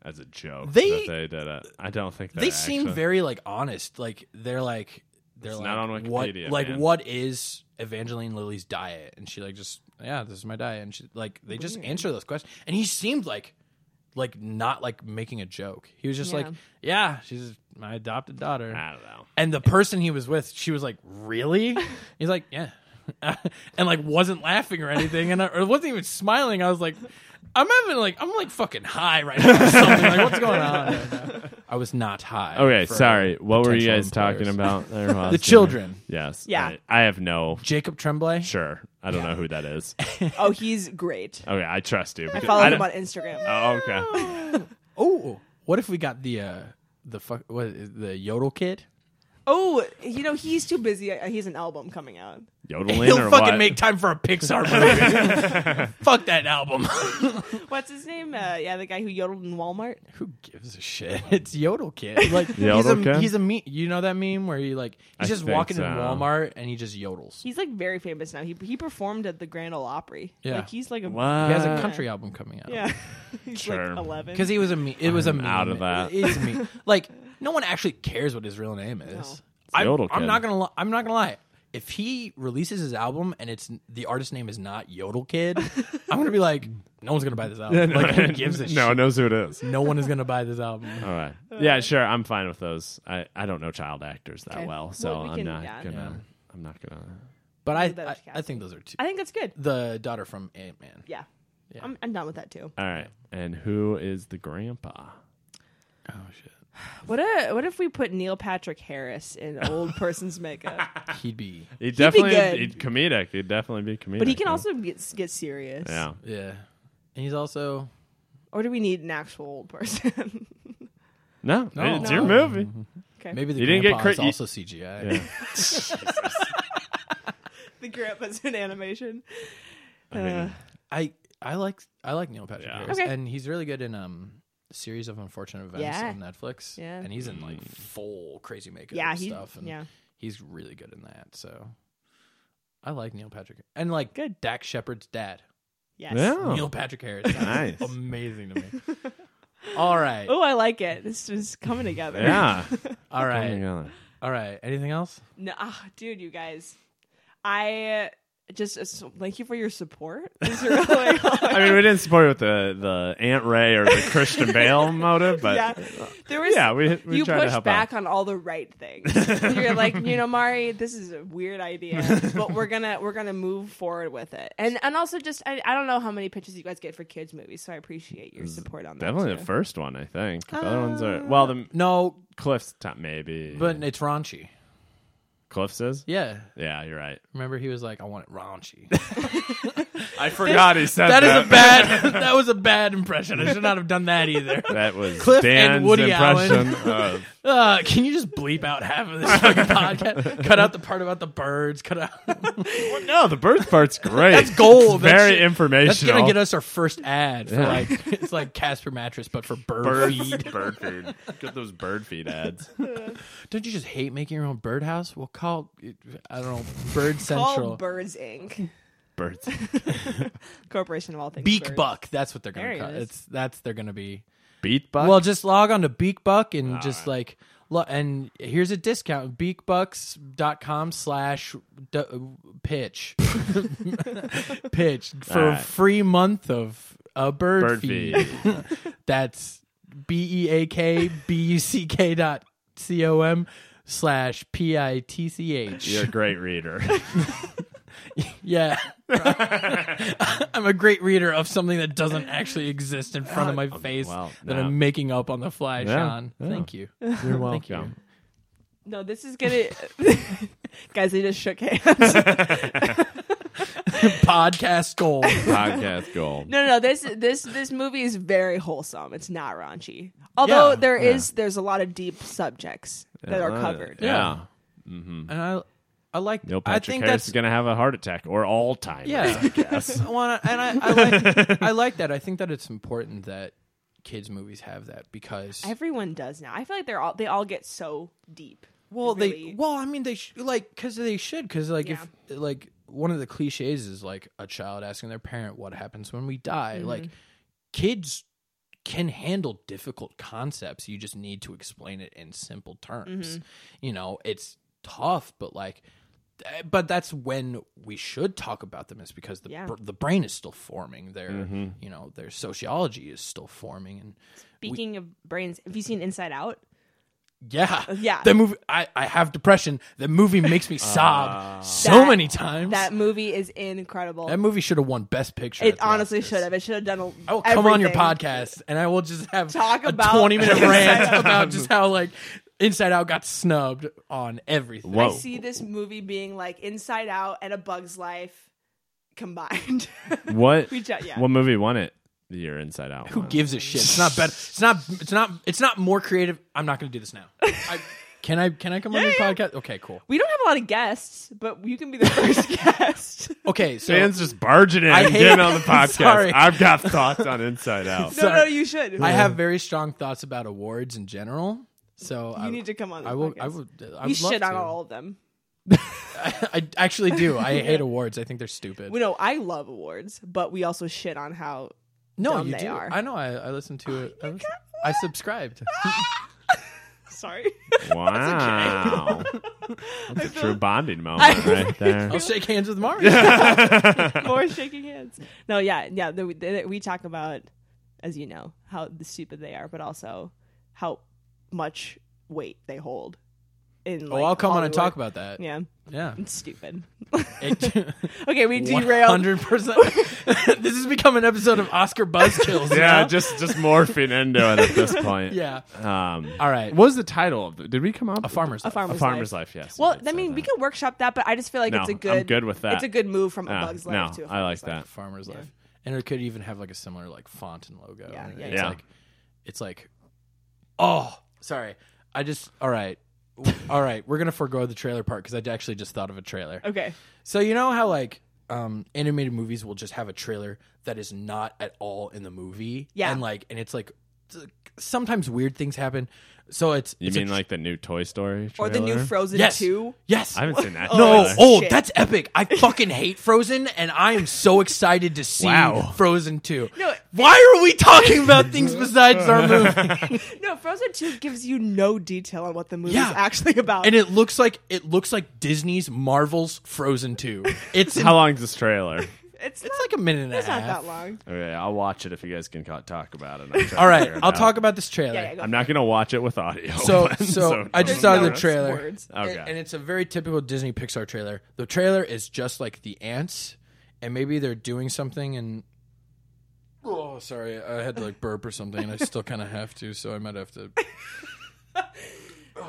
B: as a joke
A: They-
B: that they did it. I don't think that
A: they seem
B: actually-
A: very like honest. Like they're like they're
B: It's
A: like
B: not on
A: what
B: Wikipedia,
A: like
B: man.
A: what is Evangeline Lilly's diet? And she like just yeah, this is my diet. And she like they just answer those questions. And he seemed like like not like making a joke. He was just like
C: Yeah.
A: yeah, she's my adopted daughter.
B: I don't know.
A: And the person he was with, she was like really? He's like yeah. and like wasn't laughing or anything and I, or wasn't even smiling i was like i'm having like i'm like fucking high right now or something like what's going on right now? i was not high
B: Okay,
A: for-
B: sorry. What were you
A: potential
B: guys talking
A: employers.
B: about? There was
A: the children.
B: Yes.
C: Yeah.
B: I, I have no.
A: Jacob Tremblay.
B: Sure. I don't know who that is.
C: Oh, he's great.
B: Okay, I trust you.
C: I
B: because-
C: follow
B: Uh, I
C: him on
B: don't-
C: Instagram.
B: Oh, okay.
A: Oh, what if we got the uh the fuck what is it, the yodel kid?
C: Oh, you know he's too busy. Uh, He has an album coming out.
B: Yodeling
A: He'll
B: or
A: fucking
B: what?
A: make time for a Pixar movie. fuck that album.
C: What's his name? Uh, yeah, the guy who yodeled in Walmart.
A: Who gives a shit? It's yodel kid. Like he's
B: Yodel
A: a
B: Kid?
A: he's a meme. You know that meme where he like he's
B: I
A: just
B: think
A: walking in
B: so.
A: Walmart and he just yodels. He
C: He's like very famous now. He he performed at the Grand Ole Opry.
A: Yeah.
C: Like he's like a
B: What?
A: has a country album coming out.
C: yeah. he's
B: Sure.
C: like eleven.
A: Because he was a me- it was a
B: I'm
A: meme.
B: out of that.
A: It's a meme. like no one actually cares what his real name is. I,
B: Yodel
A: I'm
B: Kid.
A: not gonna. Li- I'm not gonna lie. If he releases his album and it's the artist name is not Yodel Kid, I'm gonna be like, no one's gonna buy this album. like who gives a
B: no,
A: shit? Uh,
B: one knows who it is.
A: No one is gonna buy this album.
B: All right. Yeah, sure. I'm fine with those. I, I don't know child actors that
C: Okay.
B: well, so
C: Well, we
B: I'm
C: can-
B: not
C: yeah.
B: gonna. I'm not gonna.
A: But I,
C: that
A: I,
C: was
A: I think those are two.
C: I think that's good.
A: The daughter from Ant Man.
C: Yeah. I'm, I'm done with that too.
B: All right. And who is the grandpa?
A: Oh shit,
C: What if, what if we put Neil Patrick Harris in old person's makeup?
A: he'd be.
B: He'd, definitely
C: good.
B: he'd comedic. He'd definitely be comedic.
C: But he can
B: yeah.
C: also get, get serious.
B: Yeah.
A: Yeah, and he's also.
C: Or do we need an actual old person?
B: No, Mm-hmm.
A: No.
B: it's
A: No.
B: your movie.
C: okay.
A: Maybe the
B: You didn't get
A: grandpa
B: crit-
A: is
B: you-
A: also CGI.
B: Yeah.
C: the grandpa's in animation.
B: I mean,
A: I I like I like Neil Patrick
B: Yeah.
A: Harris,
C: Okay.
A: and he's really good in um series of unfortunate events
C: Yeah.
A: on Netflix.
C: Yeah.
A: And he's in like
B: Mm.
A: full crazy makeup
C: Yeah,
A: and
C: he-
A: stuff. And
C: yeah.
A: he's really good in that. So I like Neil Patrick and like
C: Good.
A: Dak Shepard's dad.
C: Yes.
A: Neil Patrick Harris. That's
B: Oh. Nice.
A: Amazing to me. All right.
C: Oh, I like it. This is coming together.
B: Yeah.
A: All
B: Coming
A: right.
B: together.
A: All right. Anything else?
C: No, ah, dude, you guys. I uh, just uh, so- thank you for your support. These are really-
B: I mean, we didn't support it with the, the Aunt Ray or the Christian Bale motive, but
C: yeah.
B: yeah,
C: There was
B: we, we
C: you
B: tried to
C: pushed
B: help
C: back
B: out.
C: on all the right things. You're like, you know, Mari, this is a weird idea, but we're gonna we're gonna move forward with it. And and also just I, I don't know how many pitches you guys get for kids movies, so I appreciate your support on that.
B: Definitely
C: too.
B: the first one, I think. The other ones are well, the
A: No,
B: Cliff's top maybe,
A: but it's raunchy.
B: Cliff's is.
A: Yeah.
B: Yeah, you're right.
A: Remember he was like, I want it raunchy.
B: I forgot he said
A: that
B: that.
A: is a bad that was a bad impression. I should not have done that either.
B: That was
A: Cliff and
B: Dan's
A: Woody
B: impression of
A: Uh, can you just bleep out half of this fucking podcast? Cut out the part about the birds. Cut out.
B: Well, no, the birth part's great.
A: That's gold.
B: It's
A: That
B: very
A: shit-
B: informational.
A: That's gonna get us our first ad for
B: Yeah.
A: like it's like Casper mattress, but for bird, feed.
B: bird, bird feed. Get those bird feed ads.
A: Don't you just hate making your own birdhouse? Well, call it- I don't know Bird Central,
C: Called Birds Inc.
B: Birds.
C: Corporation of all things.
A: Beak
C: birds.
A: Buck. That's what they're
C: There
A: gonna
C: it
A: call.
C: is.
A: It's that's they're gonna be.
B: Beat buck.
A: Well, just log on to Beak Buck and just like lo- and here's a discount beakbucks.com slash d- pitch pitch for a
B: right.
A: free month of a bird,
B: bird
A: feed.
B: feed.
A: That's B E A K B U C K dot C O M slash P I T C
B: You're
A: H.
B: a great reader.
A: Yeah. I'm a great reader of something that doesn't actually exist in front of my face
B: well,
A: that
B: no.
A: I'm making up on the fly,
B: Yeah,
A: Sean.
B: yeah.
A: Thank you.
B: You're
A: Thank you.
B: welcome.
C: No, this is gonna guys. They just shook hands.
A: Podcast goal.
B: Podcast goal.
C: No, no, this this this movie is very wholesome. It's not raunchy, although
A: Yeah.
C: there is there's a lot of deep subjects that are
B: Uh,
C: covered.
B: Yeah.
A: And I I like
B: Neil
A: I
B: Patrick
A: think
B: Harris
A: that's
B: is going to have a heart attack or all time.
A: Yeah, I guess. Wanna, and I, I like I like that. I think that it's important that kids movies have that because
C: Everyone does now. I feel like they're all they all get so deep.
A: well
C: really-
A: they well I mean they sh- like because they should because like if like one of the cliches is like a child asking their parent what happens when we die
C: Mm-hmm.
A: like kids can handle difficult concepts you just need to explain it in simple terms
C: Mm-hmm.
A: you know it's tough but like th- but that's when we should talk about them is because the
C: Yeah.
A: br- the brain is still forming their you know their sociology is still forming and
C: Speaking of brains, have you seen Inside Out?
A: yeah
C: Yeah.
A: the movie I, I have depression the movie makes me sob so
C: That-
A: many times
C: That movie is incredible.
A: That movie should have won best picture at
C: it
A: the
C: honestly
A: Oscars.
C: should have. It should have done. A,
A: I will Oh, come on your
C: everything.
A: podcast and I will just have
C: Talk
A: a
C: about-
A: twenty minute
C: Inside
A: rant
C: Out.
A: about just how like Inside Out got snubbed on everything.
B: Whoa.
C: I see this movie being like Inside Out and A Bug's Life combined.
B: What?
C: We ju- yeah.
B: What movie won it? The year Inside Out.
A: Who
B: won.
A: gives a shit? It's not better. It's not. It's not. It's not more creative. I'm not going to do this now. I, can I? Can I come on your podcast? Okay, cool.
C: we don't have a lot of guests, but you can be the first guest.
A: Okay, so
B: Dan's just barging in
A: I
B: and
A: hate-
B: getting on the podcast.
A: Sorry.
B: I've got thoughts on Inside Out.
C: No, no,
A: Sorry.
C: you should.
A: I have very strong thoughts about awards in general. So
C: You
A: I,
C: need to come on.
A: I
C: this
A: will.
C: podcast.
A: I will. I
C: You
A: would love
C: shit on
A: to.
C: all of them.
A: I actually do. I hate awards. I think they're stupid.
C: We know I love awards, but we also shit on how.
A: no,
C: dumb
A: you
C: they
A: do.
C: are.
A: I know. I, I listened to it. I, listened- I subscribed.
C: Ah, Sorry.
B: Wow. That's a
C: feel-
B: true bonding moment right there.
A: I'll shake hands with Mario.
C: More shaking hands. No, yeah, yeah. The, the, we talk about, as you know, how stupid they are, but also how much weight they hold. In,
A: oh, I'll come on and talk about that.
C: Yeah,
A: Yeah.
C: it's stupid.
A: It-
C: okay, we derailed.
A: 100%. this has become an episode of Oscar Buzzkills.
B: Yeah,
A: now.
B: just just morphing into it at this point.
A: Yeah.
B: Um,
A: All right.
B: What was the title of? The, did we come up?
A: A farmer's
C: A
A: life.
C: farmer's,
B: A farmer's life. yes.
C: Well,
B: I'd
C: I
B: say
C: mean, we
B: that.
C: can workshop that, but I just feel like
B: No,
C: it's a
B: I'm
C: good.
B: good with that.
C: It's a good move from a
B: Ah,
C: bug's
B: no,
C: life to a
B: I like
C: farmer's
B: that.
C: life.
A: Farmer's life. And it could even have like a similar like font and logo.
C: Yeah,
A: And
C: yeah,
A: it's
B: yeah.
A: like it's like oh, sorry. I just all right. All right, we're going to forego the trailer part cuz I actually just thought of a trailer.
C: Okay.
A: So you know how like um animated movies will just have a trailer that is not at all in the movie
C: Yeah.
A: and like and it's like sometimes weird things happen. So it's
B: You
A: it's a
B: mean
A: tr-
B: like the new Toy Story
C: or
B: trailer?
C: the new Frozen
A: yes,
C: Two.
A: yes.
B: I haven't seen that.
A: no,
B: trailer.
A: oh,
C: shit.
A: that's epic! I fucking hate Frozen, and I am so excited to see
B: Wow.
A: Frozen Two.
C: No.
A: Why are we talking about things besides our movie?
C: No, Frozen Two gives you no detail on what the movie's
A: Yeah.
C: actually about.
A: and it looks like it looks like Disney's Marvel's Frozen Two. It's
B: How long's this trailer?
C: it's
A: it's like a minute and a
C: it's not
A: half.
C: that long.
B: Okay, I'll watch it if you guys can ca- talk about it. I'm trying to
A: All right,
B: figure it
A: I'll
B: out.
A: talk about this trailer.
C: Yeah, yeah, go
B: I'm not gonna watch it with audio.
A: so,
B: but-
A: so I
B: don't
A: just
C: There's
A: saw the
C: no
A: trailer,
C: words.
A: and-
B: Okay.
A: and, it's a very typical Disney Pixar trailer. The trailer is just like the ants, and maybe they're doing something. And oh, sorry, I had to like burp or something, and I still kind of have to, so I might have to.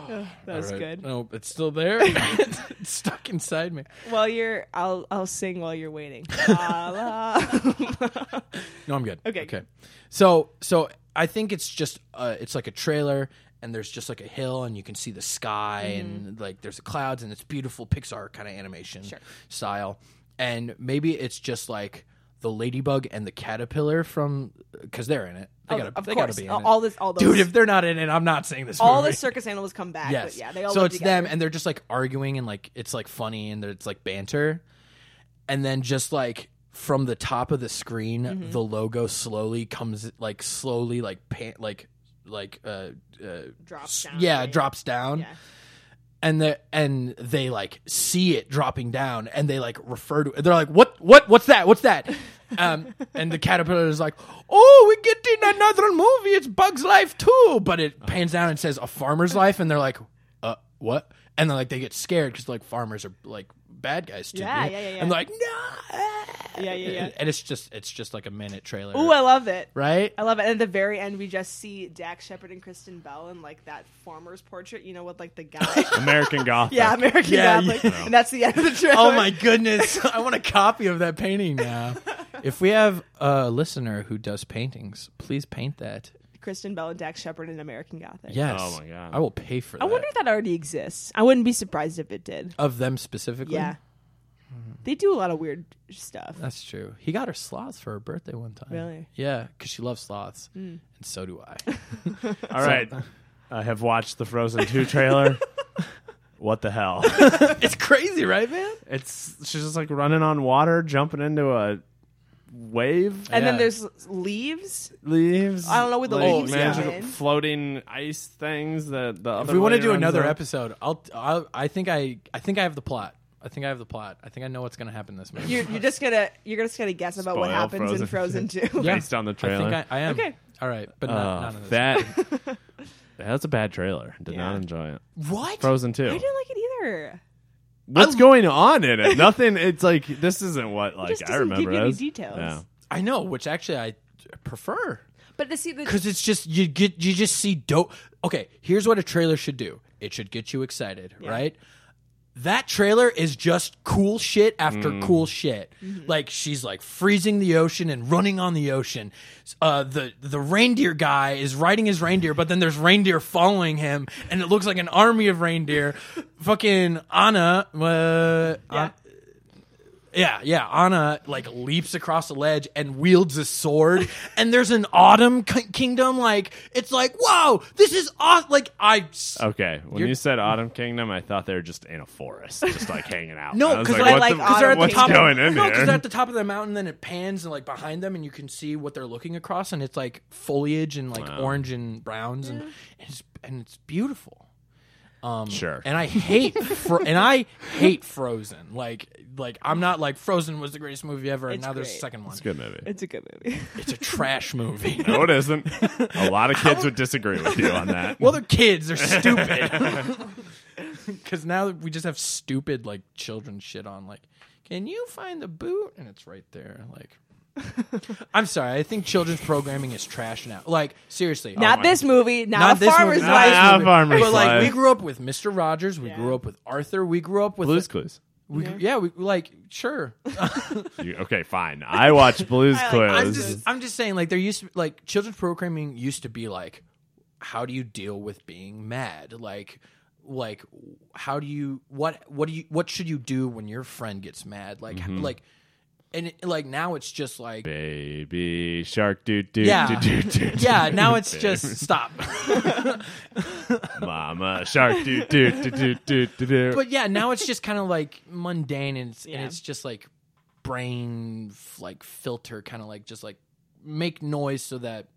C: That was
A: All right.
C: good.
A: No, it's still there. it's stuck inside me.
C: While you're, I'll I'll sing while you're waiting. La, la.
A: No, I'm good.
C: Okay.
A: Okay. So so I think it's just uh, it's like a trailer and there's just like a hill and you can see the sky
C: Mm-hmm.
A: and like there's the clouds and it's beautiful Pixar kind of animation style. And maybe it's just like the ladybug and the caterpillar from because they're in it. They
C: Of-
A: gotta
C: of
A: they
C: course,
A: gotta be in
C: all,
A: it.
C: all this, all those,
A: Dude, if they're not in it, I'm not seeing this.
C: all
A: movie.
C: the circus animals come back.
A: Yes.
C: But yeah, they all.
A: so
C: live
A: it's
C: together.
A: them, and they're just like arguing, and like it's like funny, and it's like banter, and then just like from the top of the screen,
C: Mm-hmm.
A: the logo slowly comes, like slowly, like pan, like like uh, uh
C: drops
A: s-
C: down.
A: yeah,
C: right?
A: drops down,
C: Yeah.
A: and the and they like see it dropping down, and they like refer to it. They're like, what, what, what's that? What's that? um, and the caterpillar is like, oh, we're getting another movie. It's Bug's Life too. But it pans down and says a farmer's life, and they're like, uh, what? And then like they get scared because like farmers are like bad guys too.
C: Yeah, yeah, yeah, yeah.
A: And they're like, no.
C: Yeah, yeah, yeah.
A: And it's just it's just like a minute trailer,
C: Ooh, I love it.
A: right?
C: I love it. And at the very end, we just see Dak Shepard and Kristen Bell in like that farmer's portrait. You know, with like the guy.
B: American Gothic.
C: yeah, American
A: Yeah,
C: Gothic.
A: yeah.
C: And that's the end of the trailer.
A: Oh my goodness! I want a copy of that painting now. If we have a listener who does paintings, please paint that.
C: Kristen Bell and Dak Shepard in American Gothic.
A: Yes.
B: Oh my God.
A: I will pay for that.
C: I wonder if that already exists. I wouldn't be surprised if it did.
A: of them specifically.
C: Yeah. They do a lot of weird stuff.
A: That's true. He got her sloths for her birthday one time.
C: Really? Hmm.
A: Yeah, because she loves sloths, and so do I.
B: All right. I have watched the Frozen 2 trailer. what the hell?
A: it's crazy, right, man?
B: It's she's just like running on water, jumping into a wave.
C: And then
A: Yeah.
C: there's leaves.
B: leaves.
C: I don't know where the
B: like,
C: leaves
B: magical
C: come in.
B: floating ice things that the other
A: If we want to
B: lady
A: do
B: runs
A: another
B: up.
A: episode, I'll, I'll. I think I. I think I have the plot. I think I have the plot. I think I know what's going to happen this movie.
C: You're, you're just gonna you're just gonna guess about what
B: Spoil
C: happens in
B: Frozen.
C: Frozen Two.
A: Yeah.
B: based on the
A: I
B: trailer.
A: think I, I am.
C: Okay.
A: All right, but
B: Uh,
A: not, none of this.
B: that that's a bad trailer. Did
C: Yeah.
B: not enjoy it.
A: what?
B: Frozen
C: I
B: two.
C: didn't like it either.
B: What's going on in it? Nothing. It's like this isn't what like
C: just
B: I
C: doesn't give
B: remember.
C: you any
B: as.
C: details.
B: Yeah.
A: I know, which actually I prefer.
C: But to see the
A: because it's just you get you just see dope. Okay, here's what a trailer should do. It should get you excited, right? That trailer is just cool shit after cool shit. Like she's like freezing the ocean and running on the ocean. Uh, the the reindeer guy is riding his reindeer, but then there's reindeer following him, and it looks like an army of reindeer. Fucking Anna, uh, An- yeah, yeah. Anna like leaps across a ledge and wields a sword, and there's an autumn ki- kingdom. Like it's like, whoa, this is awesome. Like I s-
B: Okay. When
A: You're-
B: you said Autumn Kingdom, I thought they were just in a forest, just like hanging out.
A: no,
B: I was
A: because
C: I
B: what
C: like
B: the-
A: because they're at the
C: what's
A: top.
B: going in
A: no, 'cause
B: here?
A: they're at the top of the mountain. Then it pans and like behind them, and you can see what they're looking across, and it's like foliage and like orange and browns, and, and it's and it's beautiful.
B: sure.
A: Um, And I hate fro- and I hate Frozen. Like like I'm not like Frozen was the greatest movie ever, and
C: It's
A: now there's
C: great.
A: a second one. It's,
B: It's a good movie.
C: it's a good movie.
A: a trash movie.
B: No, it isn't. A lot of kids would disagree with you on that.
A: Well, they're kids. They're stupid. Because now we just have stupid like children shit on. Like, can you find the boot? And it's right there. Like, I'm sorry. I think children's programming is trash now. Like, seriously.
C: not this movie. Not,
A: Oh Not
C: a
A: this
C: farmer's
A: movie,
C: life.
A: this
B: Ah,
A: movie.
B: Farmer's
A: But like,
B: Life.
A: we grew up with Mister Rogers. We grew
C: Yeah.
A: up with Arthur. We grew up with
B: Blue's Clues.
A: We, yeah. we like sure.
B: You, okay, fine. I watched Blue's
C: I like-
B: Clues.
A: I'm just I'm just saying like there used to like children's programming used to be like how do you deal with being mad like like how do you what what do you what should you do when your friend gets mad like like and it, like now it's just like
B: Baby shark, do do
A: Yeah.
B: do do do.
A: yeah,
B: do,
A: now
B: do,
A: it's
B: do.
A: just stop.
B: mama shark, do do do do do do. do.
A: but yeah, now it's just kind of like mundane and it's, and
C: Yeah.
A: it's just like brain f- like filter kind of like just like make noise so that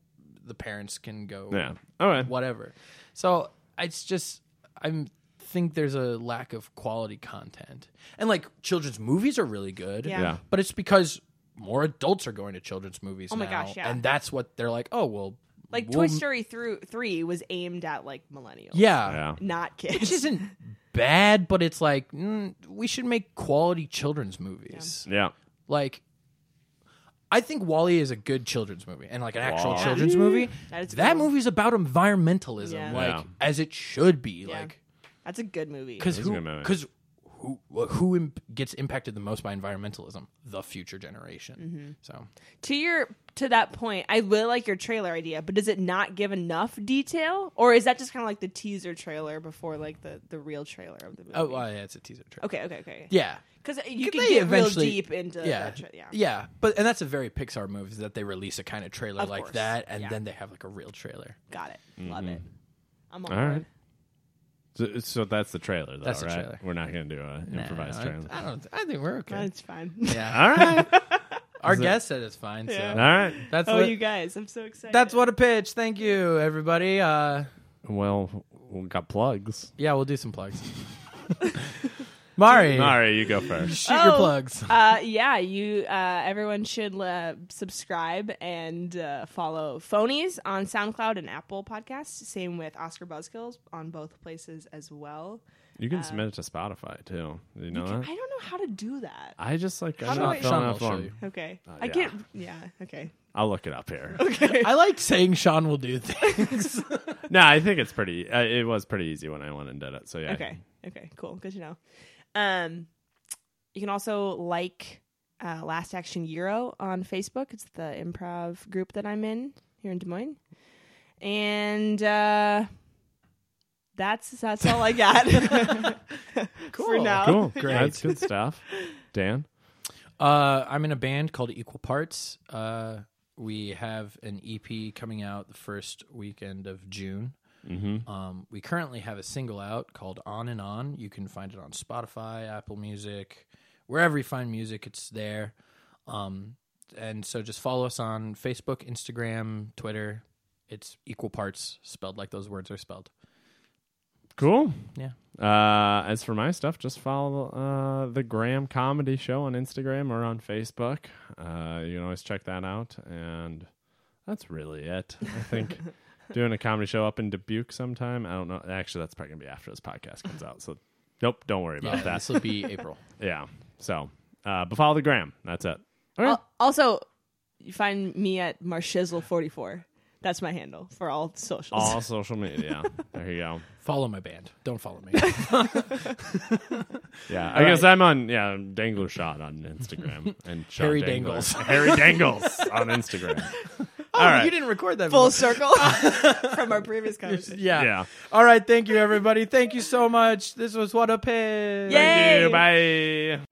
A: the parents can go
B: yeah. All right.
A: whatever. So it's just I think there's a lack of quality content. And like children's movies are really good.
C: Yeah.
B: Yeah.
A: But it's because more adults are going to children's movies
C: Oh my
A: now,
C: gosh, yeah.
A: And that's what they're like, oh well
C: Like
A: we'll-
C: Toy Story through three was aimed at like millennials.
A: Yeah.
B: Yeah.
C: Not
A: Which
C: kids.
A: isn't bad, but it's like mm, we should make quality children's movies.
B: Yeah.
A: Like I think Wally is a good children's movie and like an actual
B: Wall-E.
A: children's movie.
C: That is a
A: that
C: good one.
A: movie's about environmentalism,
C: Yeah.
A: like
B: Yeah.
A: as it should be. Like
C: That's a good movie.
A: because
B: That was a
A: who
B: good movie.
A: because who who imp- gets impacted the most by environmentalism? The future
C: Mm-hmm.
A: generation. So
C: to your to that point, I really like your trailer idea, but does it not give enough detail, or is that just kind of like the teaser trailer before like the the real trailer of the movie?
A: oh, well, yeah, it's a teaser trailer.
C: okay, okay, okay.
A: Yeah,
C: because you
A: Could
C: can
A: they
C: get real
A: eventually-
C: deep into
A: yeah,
C: that tra- yeah.
A: yeah. But and that's a very Pixar move is that they release a kind of trailer
C: Of
A: like
C: course,
A: that, and
C: yeah.
A: then they have like a real trailer.
C: Got it. Love it. I'm on
B: All right.
C: board.
B: So, so that's the trailer, though,
A: That's the
B: right?
A: trailer.
B: We're not going to do an improvised
A: I,
B: trailer.
A: I don't. I think we're okay.
C: That's fine.
A: Yeah,
B: All right.
A: our guest said it's fine. So
B: All right.
A: that's
C: oh,
A: what,
C: you guys, I'm so excited.
A: that's what a pitch. Thank you, everybody. Uh,
B: Well, we got plugs.
A: yeah, we'll do some plugs. Mari,
B: Mari, you go first.
A: shoot your
C: Oh.
A: plugs.
C: uh, yeah, you. Uh, everyone should uh, subscribe and uh, follow Phonies on SoundCloud and Apple Podcasts. Same with Oscar Buzzkills on both places as well.
B: You
A: Uh,
B: can submit it to Spotify, too. Do you know
C: I don't
B: that?
C: know how to do that.
B: I just, like, I'm
C: do
B: not
C: I-
B: filling
A: Sean
B: out
A: will show
B: form.
A: you.
C: Okay,
B: yeah.
C: I get. Yeah, okay.
B: I'll look it up here.
A: I like saying Sean will do things.
B: no, I think it's pretty, uh, it was pretty easy when I went and did it. So, yeah.
C: Okay. Okay. Cool. Good to know. Um, you can also like uh, Last Action Euro on Facebook. It's the improv group that I'm in here in Des Moines, and uh, that's that's all I got for
A: Cool.
C: now.
B: Cool.
A: Great.
B: That's good stuff. Dan?
A: Uh, I'm in a band called Equal Parts. Uh, we have an EP coming out the first weekend of June. Mm-hmm. Um, we currently have a single out called On and On. You can find it on Spotify, Apple Music, wherever you find music, it's there. Um, and so just follow us on Facebook, Instagram, Twitter. It's Equal Parts, spelled like those words are spelled.
B: Cool.
A: Yeah.
B: Uh, as for my stuff, just follow uh, the Graham Comedy Show on Instagram or on Facebook. Uh, you can always check that out. And that's really it. I think doing a comedy show up in Dubuque sometime. I don't know. Actually, that's probably going to be after this podcast comes out. So, nope, don't worry about
A: Yeah,
B: that.
A: this will be April.
B: Yeah. So, uh, but follow the Graham. That's it. All right.
C: Al- also, you find me at Marshizzle44. That's my handle for all socials.
B: All social media. There you go.
A: Follow my band. Don't follow me.
B: Yeah, I guess I'm on yeah Dangler Shot on Instagram and Sean
A: Harry
B: Dangler.
A: Dangles.
B: Harry Dangles on Instagram.
A: oh,
B: right.
A: you didn't record that.
C: Full
A: before.
C: circle from our previous conversation.
A: Yeah.
B: Yeah.
A: All right. Thank you, everybody. Thank you so much. This was What a Pig.
C: Yay!
B: Thank you. Bye.